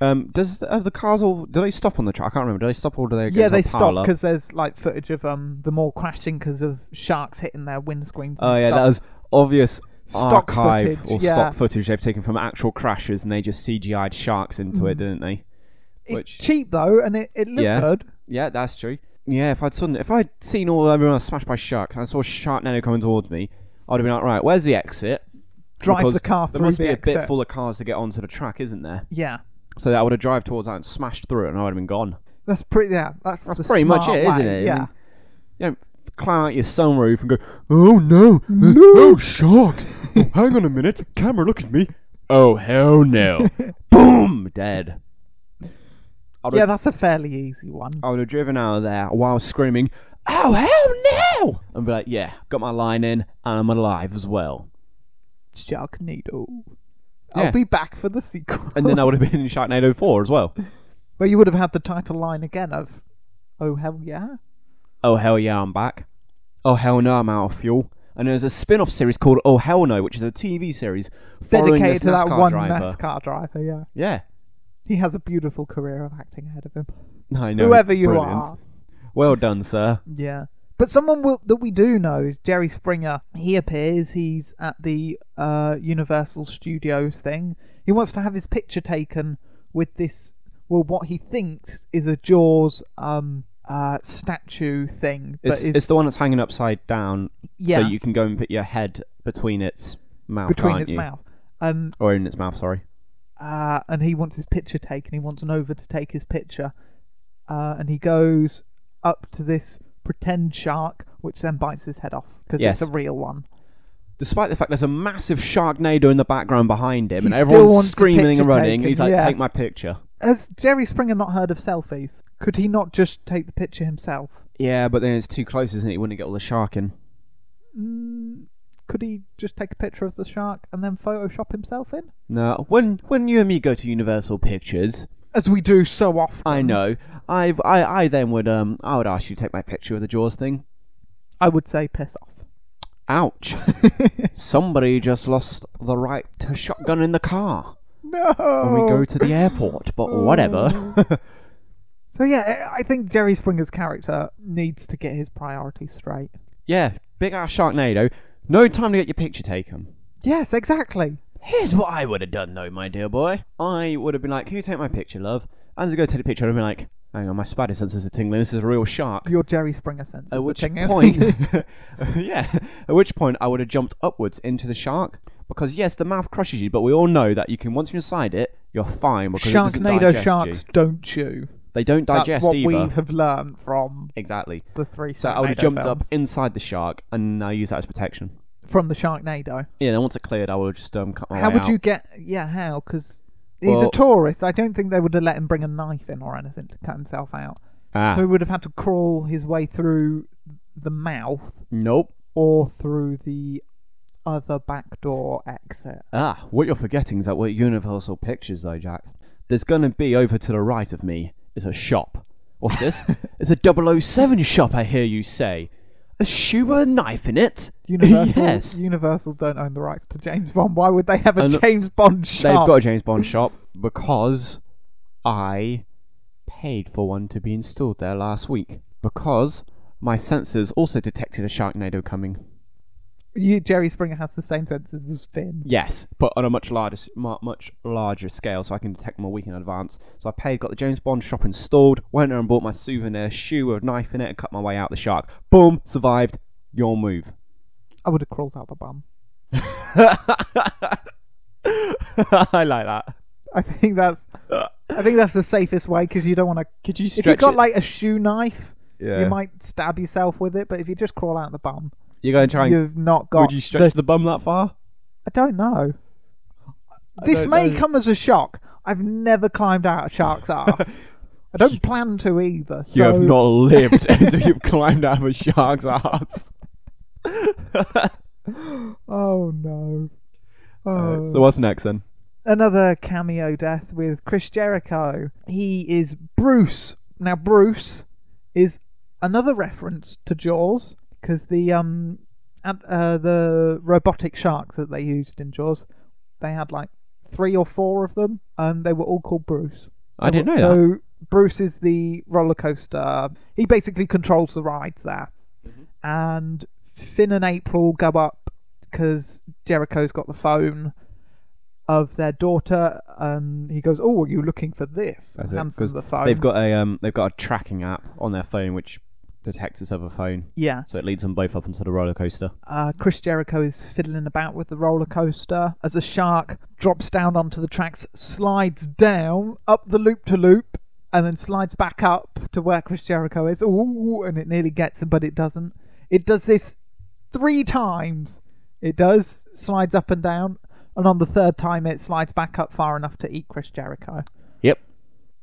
S3: um, does are the cars all? Do they stop on the track? I can't remember. Do they stop or do they?
S2: Yeah, they stop
S3: because.
S2: because there's like footage of um them all crashing because of sharks hitting their windscreens. And
S3: Oh yeah,
S2: stuff.
S3: that was obvious.
S2: Stock
S3: archive
S2: footage,
S3: or
S2: yeah.
S3: stock footage they've taken from actual crashes, and they just CGI'd sharks into it, didn't they?
S2: Mm. it's
S3: which-
S2: cheap though, and it, it looked
S3: Yeah.
S2: good.
S3: Yeah, that's true. Yeah, if I'd suddenly, if I'd seen all everyone else smashed by sharks, and I saw Sharknado coming towards me, I'd have been like, right, where's the exit?
S2: drive
S3: because
S2: the car
S3: There
S2: through
S3: must
S2: the
S3: be a bit
S2: exit.
S3: full of cars to get onto the track, isn't there?
S2: Yeah,
S3: So that I would have drive towards that and smashed through it, and I would have been gone.
S2: that's pretty. Yeah, that's,
S3: That's
S2: the
S3: pretty much
S2: smart
S3: it, isn't
S2: way,
S3: it?
S2: Yeah,
S3: I mean, you know, climb out your sunroof and go, oh no, no,
S2: <laughs>
S3: oh shocked. Oh, hang on a minute, camera, look at me. Oh hell no! <laughs> Boom, dead. I would,
S2: yeah,
S3: have,
S2: that's a fairly easy one.
S3: I would have driven out of there while screaming, oh hell no! And be like, yeah, got my line in, and I'm alive as well.
S2: Sharknado.
S3: Yeah.
S2: I'll be back for the sequel.
S3: And
S2: <laughs>
S3: then I would have been in Sharknado 4 as well.
S2: but you would have had the title line again of, "Oh hell yeah."
S3: Oh hell yeah, I'm back. Oh hell no, I'm out of fuel. And there's a spin-off series called Oh Hell No, which is a TV series following
S2: Dedicated
S3: this
S2: to that
S3: NASCAR
S2: one
S3: driver.
S2: NASCAR driver, yeah.
S3: Yeah,
S2: He has a beautiful career of acting ahead of him.
S3: I know.
S2: Whoever you
S3: Brilliant.
S2: are.
S3: Well done, sir.
S2: Yeah. But someone will, that we do know is Jerry Springer. He appears. He's at the uh, Universal Studios thing. He wants to have his picture taken with this, well, what he thinks is a Jaws um, uh, statue thing. But
S3: It's, it's, the one that's hanging upside down,
S2: yeah,
S3: so you can go and put your head between its mouth,
S2: between
S3: can't
S2: its
S3: you?
S2: mouth. And
S3: or in its mouth. Sorry.
S2: uh, and he wants his picture taken. He wants Nova to take his picture, uh, and he goes up to this pretend shark, which then bites his head off because
S3: Yes.
S2: it's a real one.
S3: Despite the fact there's a massive sharknado in the background behind him,
S2: He
S3: and
S2: still
S3: everyone's
S2: wants the
S3: screaming
S2: picture
S3: and running, and
S2: taken,
S3: he's like,
S2: yeah.
S3: "Take my picture."
S2: Has Jerry Springer not heard of selfies? Could he not just take the picture himself?
S3: Yeah, but then it's too close, isn't it? He wouldn't get all the shark in.
S2: Mm, could he just take a picture of the shark and then Photoshop himself in?
S3: No, when when you and me go to Universal Pictures,
S2: As we do so often.
S3: I know. I've I, I then would um I would ask you to take my picture with the Jaws thing.
S2: I would say piss off.
S3: Ouch! <laughs> Somebody just lost the right to shotgun in the car.
S2: No.
S3: when we
S2: Oh.
S3: go to the airport, but whatever. <laughs>
S2: So yeah, I I think Jerry Springer's character needs to get his priorities straight.
S3: yeah, big ass Sharknado. No time to get your picture taken.
S2: Yes, exactly.
S3: Here's what I would have done though, my dear boy. I would have been like, Can you take my picture, love? And to go take the picture, I'd have been like, Hang on, my spider senses are tingling, this is a real shark.
S2: Your Jerry Springer sense.
S3: At which
S2: thing, isn't
S3: point
S2: <laughs>
S3: <laughs>
S2: it?
S3: Yeah. At which point I would have jumped upwards into the shark. Because yes, the mouth crushes you, but we all know that you can once you're inside it, you're fine because it doesn't
S2: Sharknado
S3: digest
S2: sharks
S3: you.
S2: don't chew.
S3: They don't digest
S2: That's what
S3: either.
S2: we have learned from
S3: Exactly.
S2: the three.
S3: So I would have
S2: Sharknado
S3: jumped up
S2: films.
S3: inside the shark and I use that as protection.
S2: from the Sharknado.
S3: Yeah, then once it cleared, I would just um, cut my
S2: How
S3: way
S2: would
S3: out.
S2: you get? Yeah, how? Because he's
S3: Well-
S2: a tourist. I don't think they would have let him bring a knife in or anything to cut himself out.
S3: Ah,
S2: So he would have had to crawl his way through the mouth
S3: nope.
S2: or through the other back door
S3: <laughs>
S2: exit.
S3: Ah, what you're forgetting is that we're at Universal Pictures, though, Jack. There's gonna be over to the right of me is a shop. What's this? it's a 007 shop. I hear you say. A shoe with a knife in it.
S2: Universal,
S3: yes.
S2: Universal don't own the rights to James Bond. Why would they have a
S3: And
S2: James Bond
S3: They've
S2: shop?
S3: got a James Bond shop because I paid for one to be installed there last week because my sensors also detected a Sharknado coming.
S2: you, Jerry Springer has the same senses as Finn.
S3: Yes, but on a much larger, s- mu- much larger scale, so I can detect them a week in advance. So I paid, got the James Bond shop installed, went there and bought my souvenir shoe with a knife in it, and cut my way out the shark. Boom, survived. Your move. <laughs>
S2: I would have crawled out the bum.
S3: I like that.
S2: I think that's. I think that's the safest way because you don't want to.
S3: Could you
S2: If you've
S3: stretch
S2: got
S3: it?
S2: like a shoe knife,
S3: yeah.
S2: you might stab yourself with it. But if you just crawl out the bum,
S3: You're going to try and.
S2: you've not got.
S3: Would you stretch the, bum that far?
S2: I don't know. this
S3: don't
S2: may
S3: know.
S2: come as a shock. I've never climbed out a
S3: <laughs>
S2: shark's ass. I don't plan to either. So
S3: lived <laughs> until you've climbed out of a shark's <laughs> ass.
S2: Oh no. Oh.
S3: so what's next then?
S2: Another cameo death with Chris Jericho. He is Bruce. Now Bruce is another reference to Jaws because the um and, uh, the robotic sharks that they used in Jaws, they had like three or four of them, and they were all called Bruce.
S3: I didn't know
S2: so
S3: that.
S2: Bruce is the roller coaster. He basically controls the rides there.
S3: Mm-hmm.
S2: And Finn and April go up because Jericho's got the phone of their daughter, and he goes, "Oh, are you looking for this?"
S3: That's
S2: And
S3: it,
S2: hands them
S3: 'cause
S2: the phone.
S3: They've got a um, they've got a tracking app on their phone which detectors have a phone,
S2: Yeah.
S3: so it leads them both up onto the roller coaster.
S2: Uh, Chris Jericho is fiddling about with the roller coaster as a shark drops down onto the tracks, slides down up the loop to loop, and then slides back up to where Chris Jericho is. Ooh, and it nearly gets him, but it doesn't. It does this three times. It does, slides up and down, and on the third time, it slides back up far enough to eat Chris Jericho.
S3: Yep.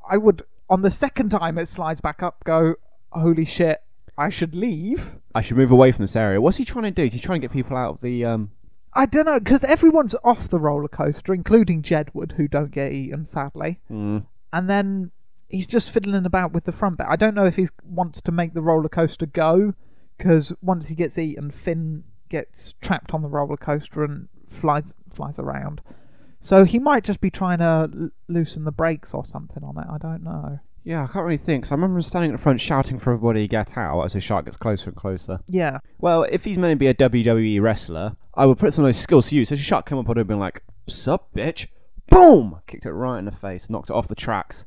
S2: I would, on the second time it slides back up, go, holy shit, I should leave.
S3: I should move away from this area. What's he trying to do? Is he trying to get people out of the um?
S2: I don't know because everyone's off the roller coaster, including Jedward, who don't get eaten sadly.
S3: Mm.
S2: And then he's just fiddling about with the front bit. I don't know if he wants to make the roller coaster go because once he gets eaten, Finn gets trapped on the roller coaster and flies flies around. So he might just be trying to l- loosen the brakes or something on it. I don't know.
S3: Yeah, I can't really think. 'cause I remember him standing at the front shouting for everybody to get out as the shark gets closer and closer.
S2: Yeah,
S3: Well, if he's meant to be a WWE wrestler, I would put some of those skills to use. So the shark came up on him and been like, Sup, bitch? Boom! Kicked it right in the face, knocked it off the tracks.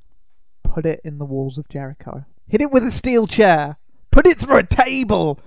S2: put it in the walls of Jericho. Hit it with a steel chair. Put it through a table.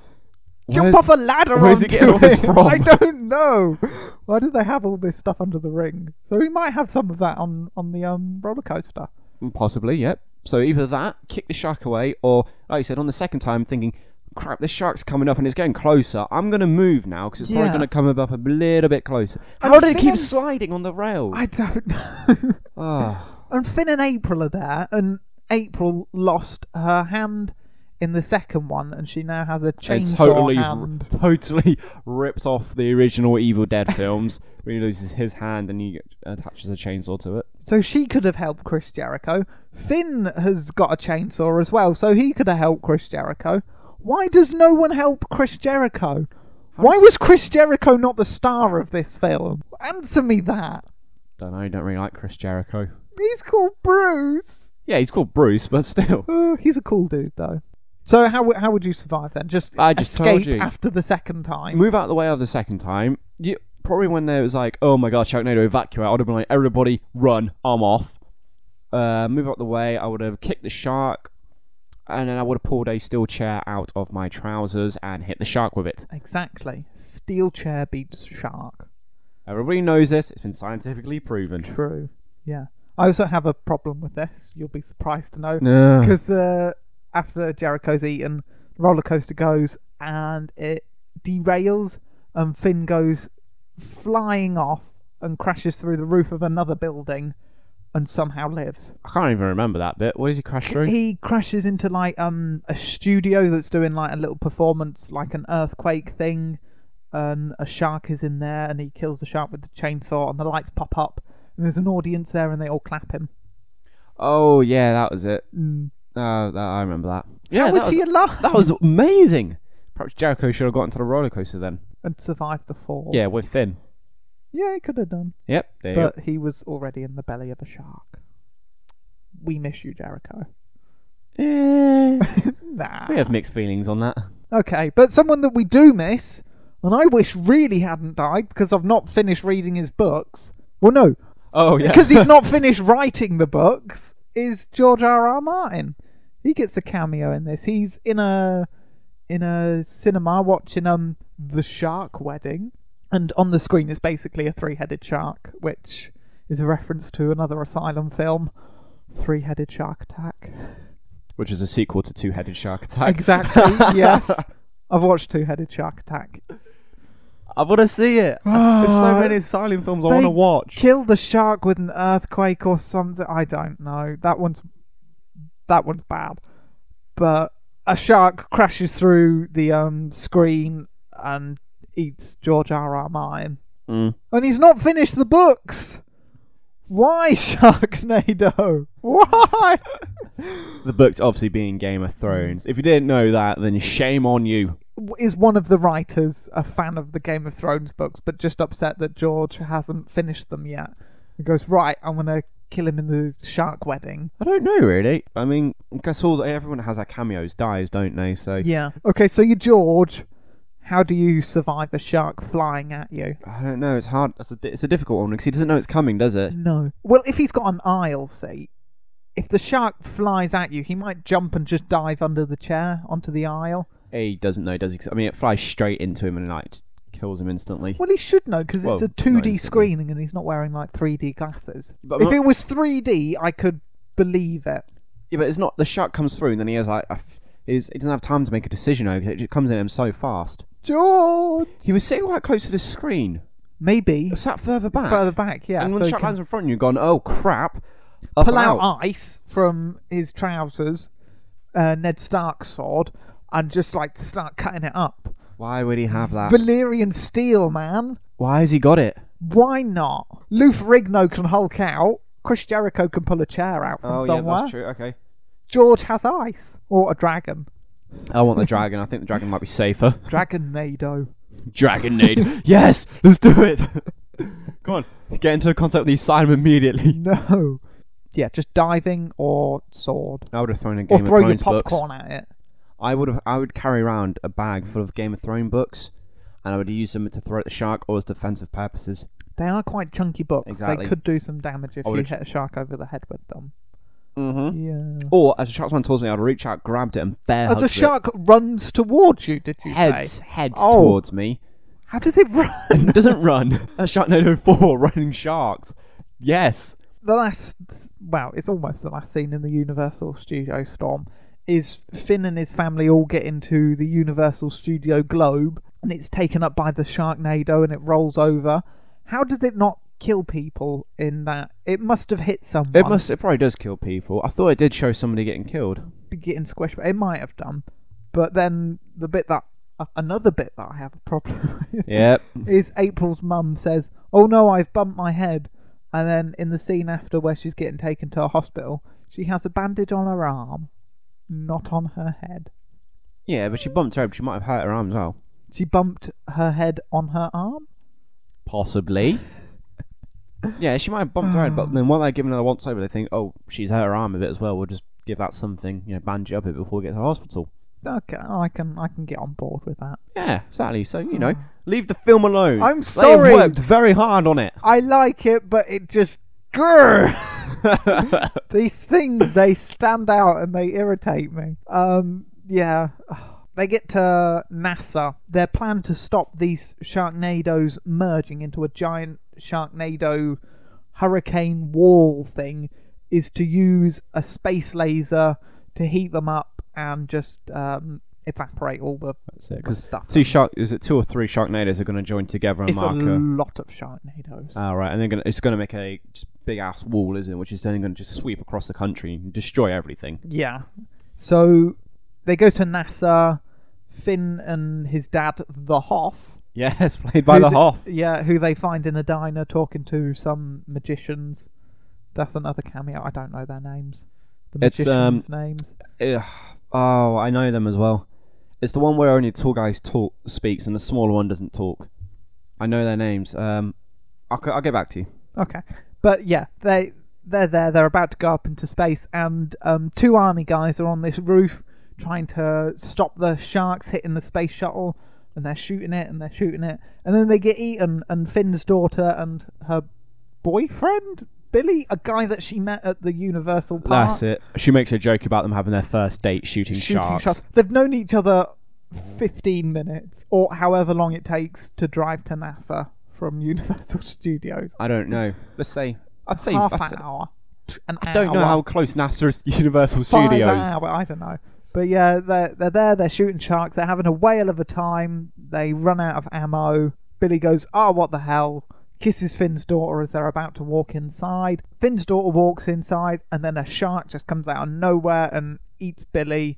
S2: Jump
S3: Where-
S2: off a ladder
S3: where's he
S2: onto
S3: getting all this
S2: it. <laughs>
S3: from?
S2: I don't know. Why do they have all this stuff under the ring? So we might have some of that on on the um roller coaster.
S3: Possibly, yep. So either that, kick the shark away, or, like you said, on the second time, thinking, crap, this shark's coming up and it's getting closer. I'm going to move now because it's
S2: Yeah.
S3: probably going to come up a little bit closer.
S2: And
S3: How did it
S2: Finn-
S3: keep sliding on the rail?
S2: I don't <laughs> know.
S3: Ah.
S2: and Finn and April are there, and April lost her hand in the second one, and she now has a
S3: and
S2: chainsaw
S3: totally,
S2: hand.
S3: totally <laughs> ripped off the original Evil Dead films. <laughs> where he loses his hand and he attaches a chainsaw to it.
S2: So she could have helped Chris Jericho. Finn has got a chainsaw as well, so he could have helped Chris Jericho. Why does no one help Chris Jericho? Why was Chris Jericho not the star of this film? Answer me that.
S3: Don't know. Don't really like Chris Jericho.
S2: He's called Bruce.
S3: Yeah, he's called Bruce, but still.
S2: Oh, he's a cool dude though. So how w- how would you survive then? Just,
S3: I just told
S2: escape
S3: you.
S2: after the second time.
S3: Move out of the way of the second time. You, probably when there was like, oh my god, Sharknado evacuate. I would have been like, everybody run. I'm off. Uh, move out the way. I would have kicked the shark, and then I would have pulled a steel chair out of my trousers and hit the shark with it.
S2: Exactly. Steel chair beats shark.
S3: Everybody knows this. It's been scientifically proven.
S2: True. Yeah. I also have a problem with this. You'll be surprised to know.
S3: No.
S2: because uh, after Jericho's eaten, the roller coaster goes and it derails, and Finn goes flying off and crashes through the roof of another building, and somehow lives.
S3: I can't even remember that bit. What does he crash through?
S2: He crashes into like um a studio that's doing like a little performance, like an earthquake thing, and a shark is in there, and he kills the shark with the chainsaw, and the lights pop up, and there's an audience there, and they all clap him.
S3: oh yeah, that was it.
S2: Mm.
S3: Uh, that, I remember that. Yeah,
S2: How
S3: that
S2: was he alive?
S3: That was amazing. Perhaps Jericho should have gotten to the roller coaster then.
S2: and survived the fall.
S3: Yeah, with Finn.
S2: yeah, he could have done.
S3: Yep. There you
S2: But he was already in the belly of a shark. We miss you, Jericho.
S3: go. Eh,
S2: nah.
S3: we have mixed feelings on that.
S2: Okay, but someone that we do miss, and I wish really hadn't died because I've not finished reading his books. Well, no,
S3: Oh
S2: because he's
S3: <laughs>
S2: not finished writing the books. Is George R. R. Martin? He gets a cameo in this. He's in a in a cinema watching um the Shark Wedding, and on the screen is basically a three-headed shark, which is a reference to another Asylum film, Three-Headed Shark Attack.
S3: Which is a sequel to Two Headed Shark Attack. <laughs>
S2: Exactly. yes, I've watched Two-Headed Shark Attack.
S3: I want to see it. There's so many silent films I
S2: They
S3: want to watch.
S2: kill the shark with an earthquake or something. I don't know. That one's that one's bad. But a shark crashes through the um screen and eats George R. R. Martin,
S3: Mm.
S2: and he's not finished the books. Why <laughs> Sharknado? Why?
S3: The book's obviously being Game of Thrones. If you didn't know that, then shame on you.
S2: Is one of the writers a fan of the Game of Thrones books, but just upset that George hasn't finished them yet? He goes, right, I'm gonna kill him in the shark wedding.
S3: I don't know really. I mean, I guess all everyone that has their cameos dies, don't they? So
S2: Yeah. Okay, so you're George. How do you survive a shark flying at you?
S3: I don't know. It's hard. It's a, di- it's a difficult one because he doesn't know it's coming, does it?
S2: No. Well, if he's got an aisle seat, if the shark flies at you, he might jump and just dive under the chair onto the aisle.
S3: He doesn't know, does he? 'Cause, I mean, it flies straight into him and like just kills him instantly.
S2: Well, he should know because
S3: Well,
S2: it's a
S3: not
S2: 2D
S3: instantly.
S2: screening and he's not wearing like 3D glasses.
S3: But
S2: if
S3: I'm not-
S2: it was 3D, I could believe it.
S3: Yeah, but it's not. The shark comes through and then he has like. A f- is, he doesn't have time to make a decision over it. It comes in at him so fast.
S2: George!
S3: He was sitting quite close to the screen.
S2: Maybe.
S3: Sat further back.
S2: Further back, yeah.
S3: and
S2: so
S3: when the
S2: he
S3: shark
S2: can
S3: lands in front of you, you're gone, oh crap. Up
S2: pull
S3: and
S2: out, ice from his trousers, uh, Ned Stark's sword, and just like start cutting it up.
S3: Why would he have that?
S2: Valyrian steel, man.
S3: Why has he got it?
S2: Why not? Lou Ferrigno can hulk out. Chris Jericho can pull a chair out from somewhere.
S3: Oh, true. Okay.
S2: George has ice or a dragon.
S3: I want the dragon. I think the dragon might be safer.
S2: Dragon <laughs> Nado.
S3: <laughs> Dragon need. <laughs> yes, let's do <laughs> it. Come on, get into contact with the asylum immediately.
S2: No. Yeah, just diving or sword.
S3: I would have thrown a
S2: Or
S3: Game
S2: throw
S3: of
S2: your
S3: Thrones books.
S2: popcorn at it.
S3: I would have. I would carry around a bag full of Game of Thrones books, and I would use them to throw at the shark or as defensive purposes.
S2: They are quite chunky books.
S3: Exactly.
S2: They could do some damage if
S3: I
S2: you
S3: would've-
S2: hit a shark over the head with them.
S3: Mm-hmm.
S2: Yeah.
S3: Or as the shark's man towards me, I'd reach out, grabbed it, and bear
S2: As a
S3: hugged it.
S2: shark runs towards you, did you
S3: heads
S2: say?
S3: heads
S2: Oh.
S3: towards <laughs> me.
S2: How does it <laughs> run?
S3: It doesn't run. <laughs> That's Sharknado 4, <laughs> running sharks. Yes.
S2: the last, well, it's almost the last scene in the Universal Studio Storm is Finn and his family all get into the Universal Studio globe, and it's taken up by the Sharknado, and it rolls over. How does it not kill people in that? It must have hit someone.
S3: It must. It probably does kill people. I thought it did show somebody getting killed.
S2: getting squished. But it might have done. But then the bit that uh, another bit that I have a problem <laughs> with
S3: Yep.
S2: is April's mum says, "Oh no, I've bumped my head," and then in the scene after where she's getting taken to a hospital, she has a bandage on her arm, not on her head.
S3: Yeah, but she bumped her head. She might have hurt her arm as well.
S2: She bumped her head on her arm.
S3: Possibly. <laughs> yeah, she might have bumped her head, <sighs> but then when they're giving her the once over, they think, oh, she's hurt her arm a bit as well. We'll just give that something, you know, bandage it up a bit before we get to the hospital.
S2: Okay, I can I can get on board with that.
S3: Yeah, exactly. So, you <sighs> know, leave the film alone.
S2: I'm
S3: They
S2: sorry.
S3: have worked very hard on it.
S2: I like it, but it just
S3: <laughs>
S2: grrr. These things they stand out and they irritate me. Um, yeah. They get to NASA. Their plan to stop these sharknadoes merging into a giant sharknado hurricane wall thing is to use a space laser to heat them up and just um, evaporate all the
S3: Because
S2: stuff.
S3: two shark, is it two or three sharknadoes are going to join together and
S2: It's
S3: mark
S2: a
S3: her.
S2: lot of sharknadoes.
S3: All right, and they're gonna, it's going to make a just big ass wall, isn't it? Which is then going to just sweep across the country and destroy everything.
S2: Yeah. So they go to NASA. Finn and his dad, the Hoff.
S3: <laughs> Yes, played by
S2: who
S3: the
S2: th-
S3: Hoff.
S2: Yeah, who they find in a diner talking to some magicians. That's another cameo. I don't know their names. The
S3: It's,
S2: magicians'
S3: um,
S2: names.
S3: Ugh. Oh, I know them as well. It's the one where only the tall guy talk speaks and the smaller one doesn't talk. I know their names. Um, I'll, c- I'll get back to you.
S2: Okay, but yeah, they they're there. They're about to go up into space, and um, two army guys are on this roof trying to stop the sharks hitting the space shuttle, and they're shooting it and they're shooting it, and then they get eaten. And Finn's daughter and her boyfriend Billy, a guy that she met at the Universal Park,
S3: That's it. She makes a joke about them having their first date shooting,
S2: shooting
S3: sharks.
S2: shots. They've known each other fifteen minutes or however long it takes to drive to NASA from <laughs> Universal Studios.
S3: I don't know. Let's say I'd say
S2: Half
S3: I'd
S2: an
S3: say-
S2: hour. An
S3: I don't know
S2: hour.
S3: how close NASA is to Universal
S2: Five
S3: Studios.
S2: hour- I don't know. But yeah, they're, they're there, they're shooting sharks, they're having a whale of a time, they run out of ammo. Billy goes, Oh, what the hell? Kisses Finn's daughter as they're about to walk inside. Finn's daughter walks inside, and then a shark just comes out of nowhere and eats Billy.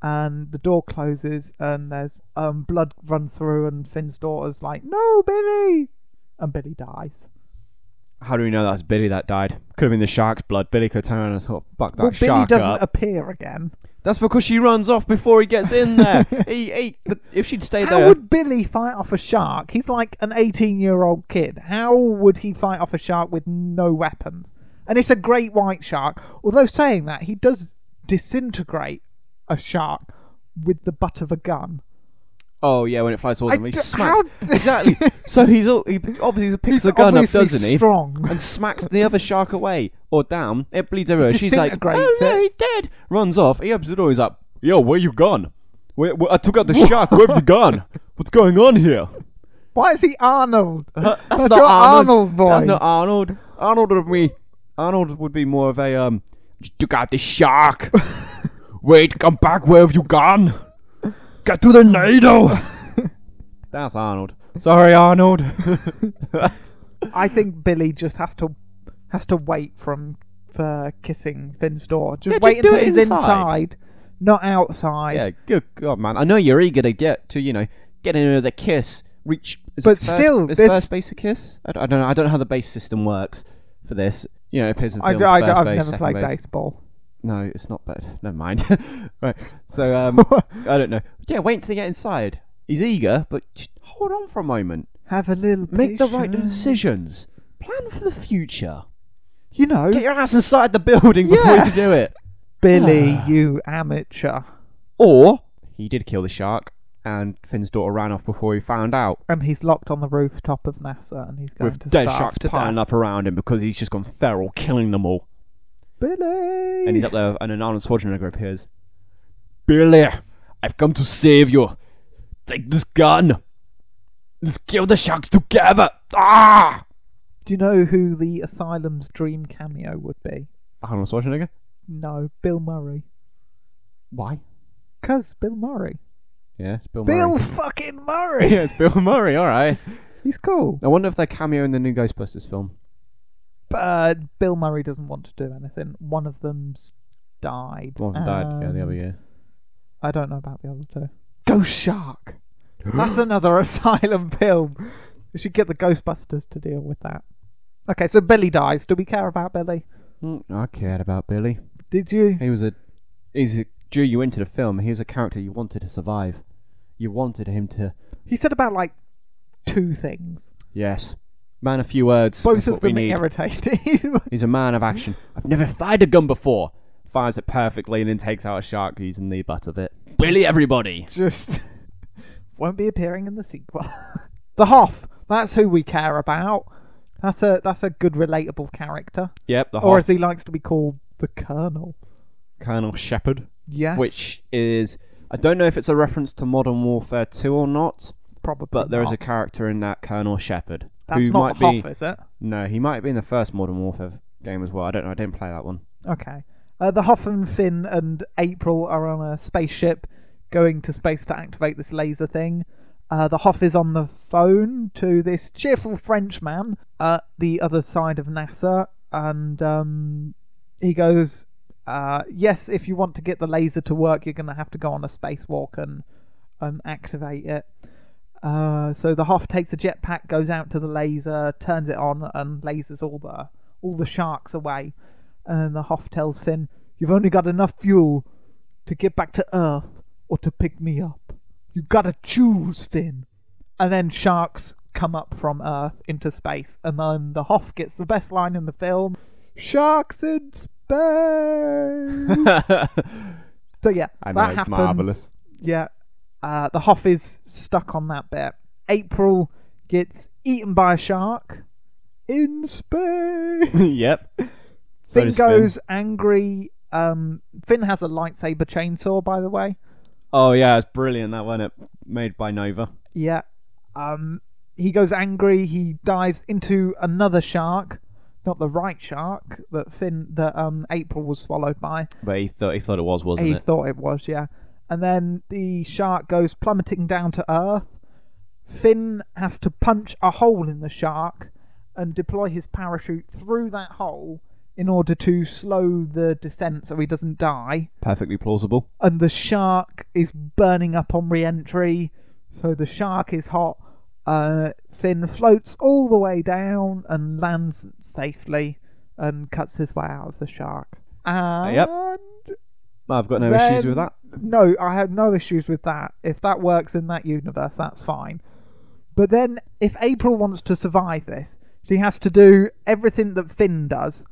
S2: And the door closes, and there's um, blood runs through, and Finn's daughter's like, No, Billy! And Billy dies.
S3: How do we know that's Billy that died? Could have been the shark's blood. Billy could turn around and sort of fuck that
S2: well, Billy
S3: shark
S2: doesn't
S3: up.
S2: appear again.
S3: That's because she runs off before he gets
S2: <laughs>
S3: in there. he, he, if she'd stayed
S2: How
S3: there,
S2: would Billy fight off a shark? He's like an 18 year old kid. How would he fight off a shark with no weapons? And it's a great white shark. Although saying that, he does disintegrate a shark with the butt of a gun.
S3: Oh yeah, when it flies towards
S2: I
S3: him, he
S2: d-
S3: smacks.
S2: how d-
S3: <laughs>
S2: <laughs>
S3: exactly. So he's all, he obviously picks
S2: He's
S3: the gun up,
S2: obviously
S3: doesn't he?
S2: strong.
S3: <laughs> And smacks the other shark away or down. It bleeds everywhere. She's like, "Oh
S2: Disintegrates
S3: no,
S2: it."
S3: he's dead." Runs off. He opens the door. He's like, "Yo, where you gone? Where, where, I took out the shark. Where've
S2: <laughs>
S3: you gone? What's going on here?"
S2: Why is he Arnold?
S3: Huh? That's
S2: That's
S3: not
S2: your
S3: Arnold.
S2: Arnold boy.
S3: That's not Arnold. Arnold would be Arnold would be more of a um. "You Took out
S2: <laughs>
S3: the shark. Wait, come back. Where have you gone? Get to
S2: <laughs>
S3: the NATO. That's Arnold. Sorry, Arnold. <laughs>
S2: I think Billy just has to has to wait from for kissing Finn's door. Just
S3: Yeah, just
S2: wait
S3: do
S2: until
S3: it
S2: he's
S3: inside.
S2: inside, not outside.
S3: yeah, good God, man. I know you're eager to get to you know get in with a kiss. Reach, is
S2: But
S3: it first-
S2: still,
S3: is
S2: this-
S3: first base a kiss. I, d- I don't know. I don't know how the base system works for this. You know, it appears in
S2: I,
S3: films.
S2: I,
S3: first
S2: I've
S3: base,
S2: never
S3: second
S2: played
S3: base.
S2: baseball.
S3: No, it's not bad. <laughs> Never mind. right. So
S2: <laughs>
S3: um, I don't know. Yeah, wait until you get inside. He's eager, but just hold on for a moment.
S2: Have a little
S3: Make the right
S2: patience.
S3: decisions. Plan for the future.
S2: You know,
S3: Get your ass inside the building <laughs> before
S2: Oh. Yeah.
S3: you do it.
S2: Billy, you amateur,
S3: Or he did kill the shark, and Finn's daughter ran off before he found out.
S2: and he's locked on the rooftop of NASA, and he's going
S3: with
S2: to
S3: dead
S2: starve
S3: sharks
S2: to
S3: piling
S2: death.
S3: up around him because he's just gone feral, killing them all.
S2: Billy,
S3: And he's up there, and an Arnold Schwarzenegger appears. Billy, I've come to save you. Take this gun. Let's kill the sharks together. Ah!
S2: do you know who the asylum's dream cameo would be?
S3: Arnold Schwarzenegger?
S2: No, Bill Murray.
S3: Why?
S2: Cause Bill Murray.
S3: Yeah, it's Bill,
S2: Bill
S3: Murray. <laughs>
S2: fucking Murray.
S3: yeah, it's Bill Murray, alright.
S2: he's cool.
S3: I wonder if they're cameo in the new Ghostbusters film.
S2: but Bill Murray doesn't want to do anything. One of them's died.
S3: One of them died, yeah, the other
S2: and
S3: year.
S2: I don't know about the other two. Ghost Shark. That's another <laughs> asylum film. We should get the Ghostbusters to deal with that. Okay, so Billy dies. Do we care about Billy?
S3: Mm, I cared about Billy.
S2: Did you?
S3: He was a. He's a, drew you into the film. He was a character you wanted to survive. You wanted him to
S2: He said about like two things.
S3: Yes. Man of few words.
S2: Both
S3: That's
S2: of
S3: what we
S2: them <laughs>
S3: need.
S2: irritated him.
S3: He's a man of action. I've never fired a gun before. Fires it perfectly and then takes out a shark using the butt of it. Billy, everybody!
S2: Just <laughs> won't be appearing in the sequel. <laughs> the Hoff. That's who we care about. That's a that's a good relatable character.
S3: Yep, the
S2: Or
S3: whole
S2: as he likes to be called, the Colonel.
S3: Colonel Shepard.
S2: Yes.
S3: Which is. I don't know if it's a reference to Modern Warfare 2 or not,
S2: probably.
S3: but there is a
S2: not.
S3: character in that Colonel Shepard.
S2: That's
S3: who
S2: not
S3: might
S2: Hoff,
S3: be.
S2: is it?
S3: No, he might be in the first Modern Warfare game as well. I don't know. I didn't
S2: <laughs>
S3: play that one.
S2: Okay. Uh, the Hoff and Finn and April are on a spaceship going to space to activate this laser thing. Uh, the Hoff is on the phone to this cheerful Frenchman at the other side of NASA, and um, he goes, uh, Yes, if you want to get the laser to work, you're going to have to go on a spacewalk and, and activate it. Uh, so the Hoff takes a jetpack, goes out to the laser, turns it on, and lasers all the all the sharks away. And then the Hoff tells Finn, "You've only got enough fuel to get back to Earth or to pick me up. You gotta choose, Finn." And then sharks come up from Earth into space, and then the Hoff gets the best line in the film: "Sharks in
S3: <laughs>
S2: space." so yeah,
S3: I know,
S2: that
S3: it's
S2: happens.
S3: marvellous.
S2: Yeah. Uh, the Hoff is stuck on that bit. April gets eaten by a shark in space.
S3: <laughs> yep. So
S2: Finn
S3: does Finn.
S2: goes angry. Um, Finn has a lightsaber chainsaw, by the way.
S3: Oh, yeah, it's brilliant that one. It made by Nova.
S2: Yeah. Um, he goes angry. He dives into another shark, not the right shark that Finn that um April was swallowed by.
S3: But he thought he thought it was, wasn't
S2: he
S3: it?
S2: thought it was, yeah. And then the shark goes plummeting down to Earth. Finn has to punch a hole in the shark and deploy his parachute through that hole in order to slow the descent so he doesn't die.
S3: Perfectly plausible.
S2: And the shark is burning up on re entry, so the shark is hot. Uh, Finn floats all the way down and lands safely and cuts his way out of the shark. And
S3: Yep. I've got no issues with
S2: then-
S3: that.
S2: No, I have no issues with that. If that works in that universe, that's fine. But then, if April wants to survive this, she has to do everything that Finn does.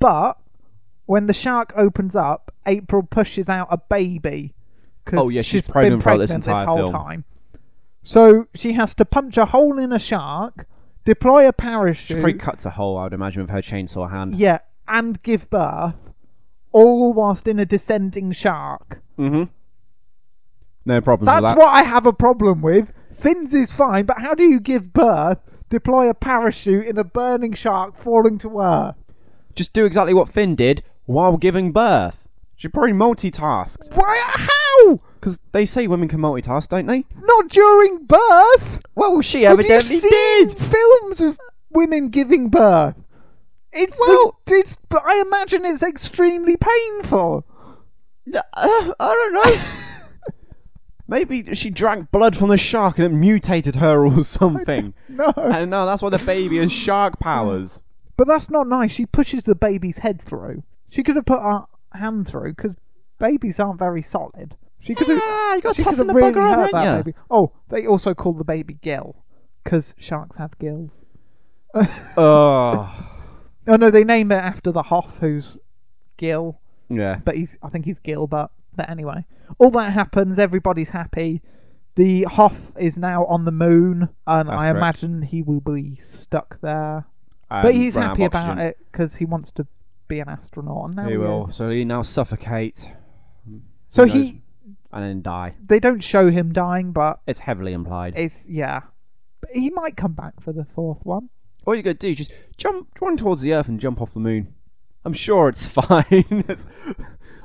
S2: But when the shark opens up, April pushes out a baby. 'cause
S3: Oh, yeah, she's
S2: been
S3: pregnant throughout this
S2: pregnant
S3: entire
S2: whole
S3: film.
S2: time. So she has to punch a hole in a shark, deploy a
S3: She
S2: parachute,
S3: probably cuts a hole, I would imagine, with her chainsaw hand.
S2: yeah, and give birth, all whilst in a descending shark.
S3: Mm-hmm. No problem. with
S2: That's
S3: that.
S2: what I have a problem with. Fins is fine, but how do you give birth, deploy a parachute in a burning shark falling to earth?
S3: Just do exactly what Finn did while giving birth. She probably multitasked.
S2: Why? How?
S3: Because they say women can multitask, don't they?
S2: Not during birth.
S3: Well, she
S2: Have you seen
S3: <laughs>
S2: films of women giving birth? It's well, it's. But I imagine it's extremely painful.
S3: Uh, I don't know. <laughs> Maybe she drank blood from the shark and it mutated her <laughs> or something.
S2: No,
S3: And now that's why the baby has <laughs> shark powers.
S2: but that's not nice. She pushes the baby's head through. She could have put her hand through because babies aren't very solid. She could have.
S3: Ah, you gotta
S2: she could
S3: toughen
S2: have
S3: the
S2: really
S3: bugger up,
S2: hurt
S3: haven't
S2: that
S3: ya?
S2: baby. Oh, they also call the baby Gill because sharks have gills.
S3: Oh.
S2: Oh no, they name it after the Hoff, who's Gill.
S3: yeah.
S2: but he's I think he's Gilbert. But anyway, all that happens. Everybody's happy. The Hoff is now on the moon, and
S3: That's
S2: I
S3: correct.
S2: imagine he will be stuck there.
S3: Um,
S2: but he's
S3: run out
S2: happy
S3: of
S2: about
S3: oxygen.
S2: it because he wants to be an astronaut. And now
S3: He
S2: he
S3: will.
S2: is.
S3: So he now suffocates.
S2: So
S3: knows?
S2: he,
S3: and then die.
S2: they don't show him dying, but
S3: It's heavily implied.
S2: it's yeah. But He might come back for the fourth one.
S3: All you gotta do is just jump, run towards the Earth and jump off the moon. I'm sure it's <laughs> fine. It's-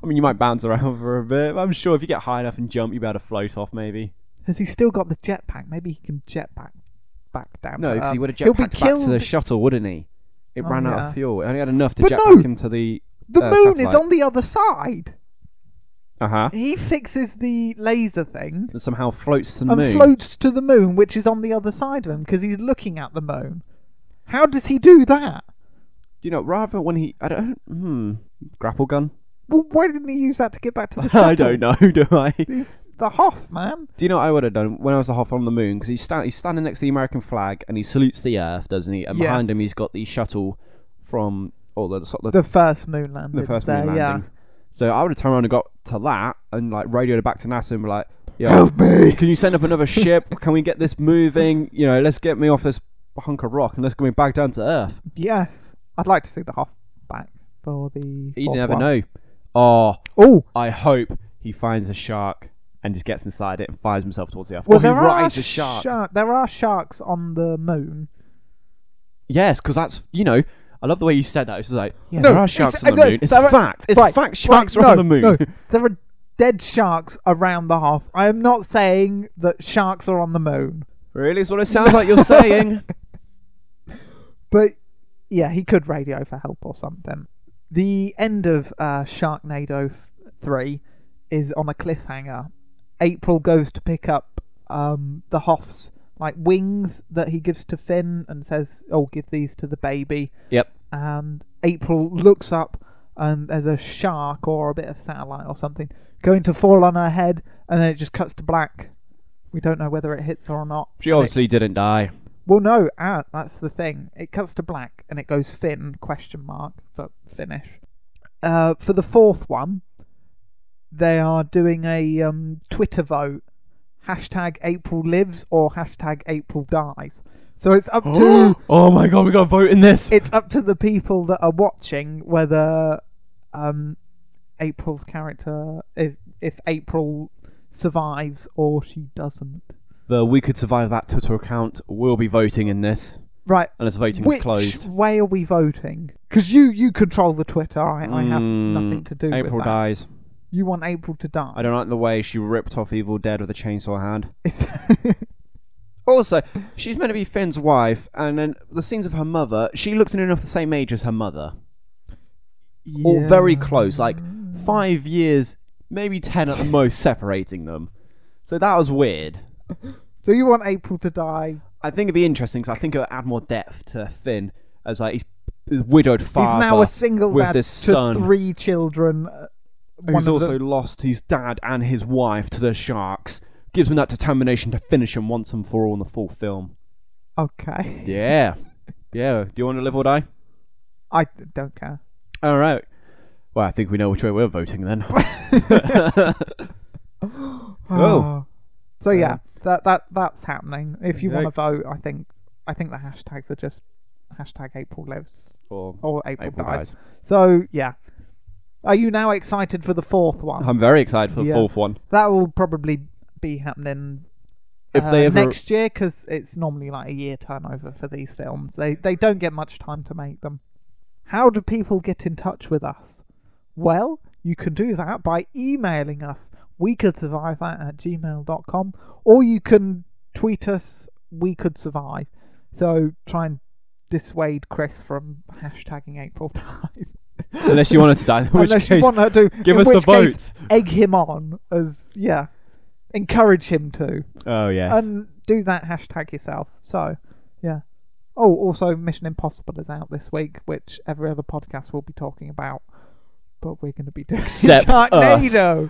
S3: I mean, you might bounce around for a bit, but I'm sure if you get high enough and jump, you'll be able to float off, maybe.
S2: Has he still got the jetpack? Maybe he can jetpack back down.
S3: No,
S2: to
S3: because he
S2: Earth.
S3: would have
S2: Uh, He'll
S3: jetpacked
S2: be
S3: back
S2: killed.
S3: to the shuttle, wouldn't he? It
S2: Oh,
S3: ran out
S2: yeah.
S3: of fuel. It only had enough to
S2: But
S3: jetpack
S2: no!
S3: him to the.
S2: the
S3: uh,
S2: moon is
S3: satellite.
S2: on the other side.
S3: Uh huh.
S2: He fixes the laser thing.
S3: And somehow floats to the
S2: and
S3: moon.
S2: floats to the moon, which is on the other side of him because he's looking at the moon. How does he do that?
S3: you know, rather when he. I don't. Hmm.
S2: <laughs>
S3: Grapple gun? <laughs>
S2: Well, why didn't he use that to get back to the shuttle?
S3: I don't know, do I?
S2: He's the Hoff man.
S3: Do you know what I would have done when I was a hop on the moon? Because he's, sta- he's standing next to the American flag and he salutes the Earth, doesn't he? And behind
S2: Yes.
S3: him, he's got the shuttle from oh the sort of the,
S2: The first moon landing.
S3: the first
S2: there,
S3: moon landing. So I would have turned around and got to that and like radioed it back to NASA and be like,
S2: Yeah. <laughs>
S3: "Yo,
S2: me!
S3: can you send
S2: <laughs>
S3: up another ship? Can we get this moving? You know, let's get me off this hunk of rock and let's get me back down to Earth."
S2: Yes, I'd like to see the Hoff back for the.
S3: You
S2: fourth
S3: never
S2: one.
S3: know. Oh,
S2: Oh,
S3: I hope he finds a shark and just gets inside it and fires himself towards the Earth.
S2: well,
S3: or he
S2: there are
S3: rides a shark.
S2: shar- there are sharks on the moon.
S3: Yes, because that's you know. I love the way you said that. It's just like yeah,
S2: No,
S3: there are
S2: it's-
S3: sharks
S2: uh,
S3: on the
S2: no,
S3: moon. It's
S2: there are-
S3: fact. It's
S2: right,
S3: fact. Sharks
S2: right,
S3: are
S2: no,
S3: on the moon.
S2: no. there are dead sharks around the Hoff. I am not saying that sharks are on the moon.
S3: <laughs> Really, is what it sounds like you're
S2: <laughs>
S3: saying.
S2: But yeah, he could radio for help or something. The end of uh, Sharknado f- 3 is on a cliffhanger. April goes to pick up um, the Hoff's like wings that he gives to Finn and says, "Oh, give these to the baby."
S3: Yep.
S2: And April looks up and there's a shark or a bit of satellite or something going to fall on her head and then it just cuts to black. We don't know whether it hits her or not.
S3: She
S2: And it-
S3: obviously
S2: <gasps>
S3: didn't die. <gasps>
S2: well, no, ah, that's the thing. It cuts to black and it goes Finn question mark for finish. Uh, for the fourth one, they are doing a um, Twitter vote: hashtag April lives or hashtag April dies. So it's up to
S3: <gasps> oh my god, we got to vote in this.
S2: it's up to the people that are watching whether um, April's character if if April survives or she doesn't.
S3: the We Could Survive That Twitter account will be voting in this,
S2: Right,
S3: and it's voting
S2: Which
S3: closed.
S2: way are we voting? Because you you control the Twitter. I, I have
S3: Mm,
S2: nothing to do
S3: April
S2: with that.
S3: dies.
S2: You want April to die? <laughs>
S3: I don't like the way she ripped off Evil Dead with a chainsaw hand.
S2: don't.
S3: Also, she's meant to be Finn's wife, and then the scenes of her mother. She looks in enough the same age as her mother. or very close, like five years, maybe ten at the most, separating them. So that was weird.
S2: So you want April to die?
S3: I think it'd be interesting because I think it would add more depth to Finn as like he's his widowed father.
S2: He's now a single
S3: with
S2: dad
S3: this
S2: to
S3: son.
S2: three children. uh, one
S3: who's
S2: of
S3: also
S2: them-
S3: lost his dad and his wife to the sharks. Gives him that determination to finish him once and for all in the full film.
S2: okay. <laughs>
S3: Yeah, yeah. Do you want to live or die?
S2: I don't care.
S3: All right. Well, I think we know which
S2: <laughs>
S3: way we're voting then.
S2: Oh. Ah. So yeah, that that that's happening. If you
S3: Yeah.
S2: want to vote, I think I think the hashtags are just hashtag April lives
S3: <laughs> Or
S2: or April,
S3: April
S2: dies.
S3: dies.
S2: So yeah, are you now excited for the fourth one?
S3: I'm very excited for the
S2: Yeah.
S3: fourth one.
S2: that will probably be happening
S3: If
S2: uh,
S3: they ever
S2: next year because it's normally like a year turnover for these films. They they don't get much time to make them. How do people get in touch with us? Well, you can do that by emailing us. We could survive that at gmail.com or you can tweet us. We could survive. So try and dissuade Chris from hashtagging April <laughs> Tide.
S3: unless you want it to die, <laughs> in which
S2: Unless
S3: case
S2: you want her to
S3: give
S2: in
S3: us the
S2: which case,
S3: vote.
S2: egg him on as yeah encourage him to
S3: Oh yes.
S2: and do that hashtag yourself so yeah oh also mission impossible is out this week which every other podcast will be talking about but we're going to be doing <laughs>
S3: Except us.
S2: Sharknado.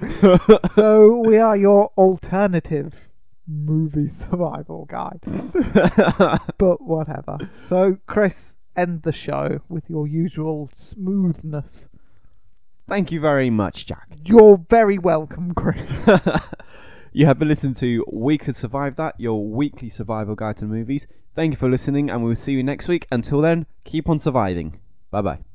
S2: <laughs>
S3: <laughs>
S2: so we are your alternative movie <laughs> survival
S3: <laughs>
S2: guide but whatever so chris end the show with your usual smoothness
S3: Thank you very much, Jack.
S2: you're very welcome chris
S3: you have been listening to We Could Survive That, your weekly survival guide to the movies. Thank you for listening, and we will see you next week. Until then, keep on surviving. Bye bye.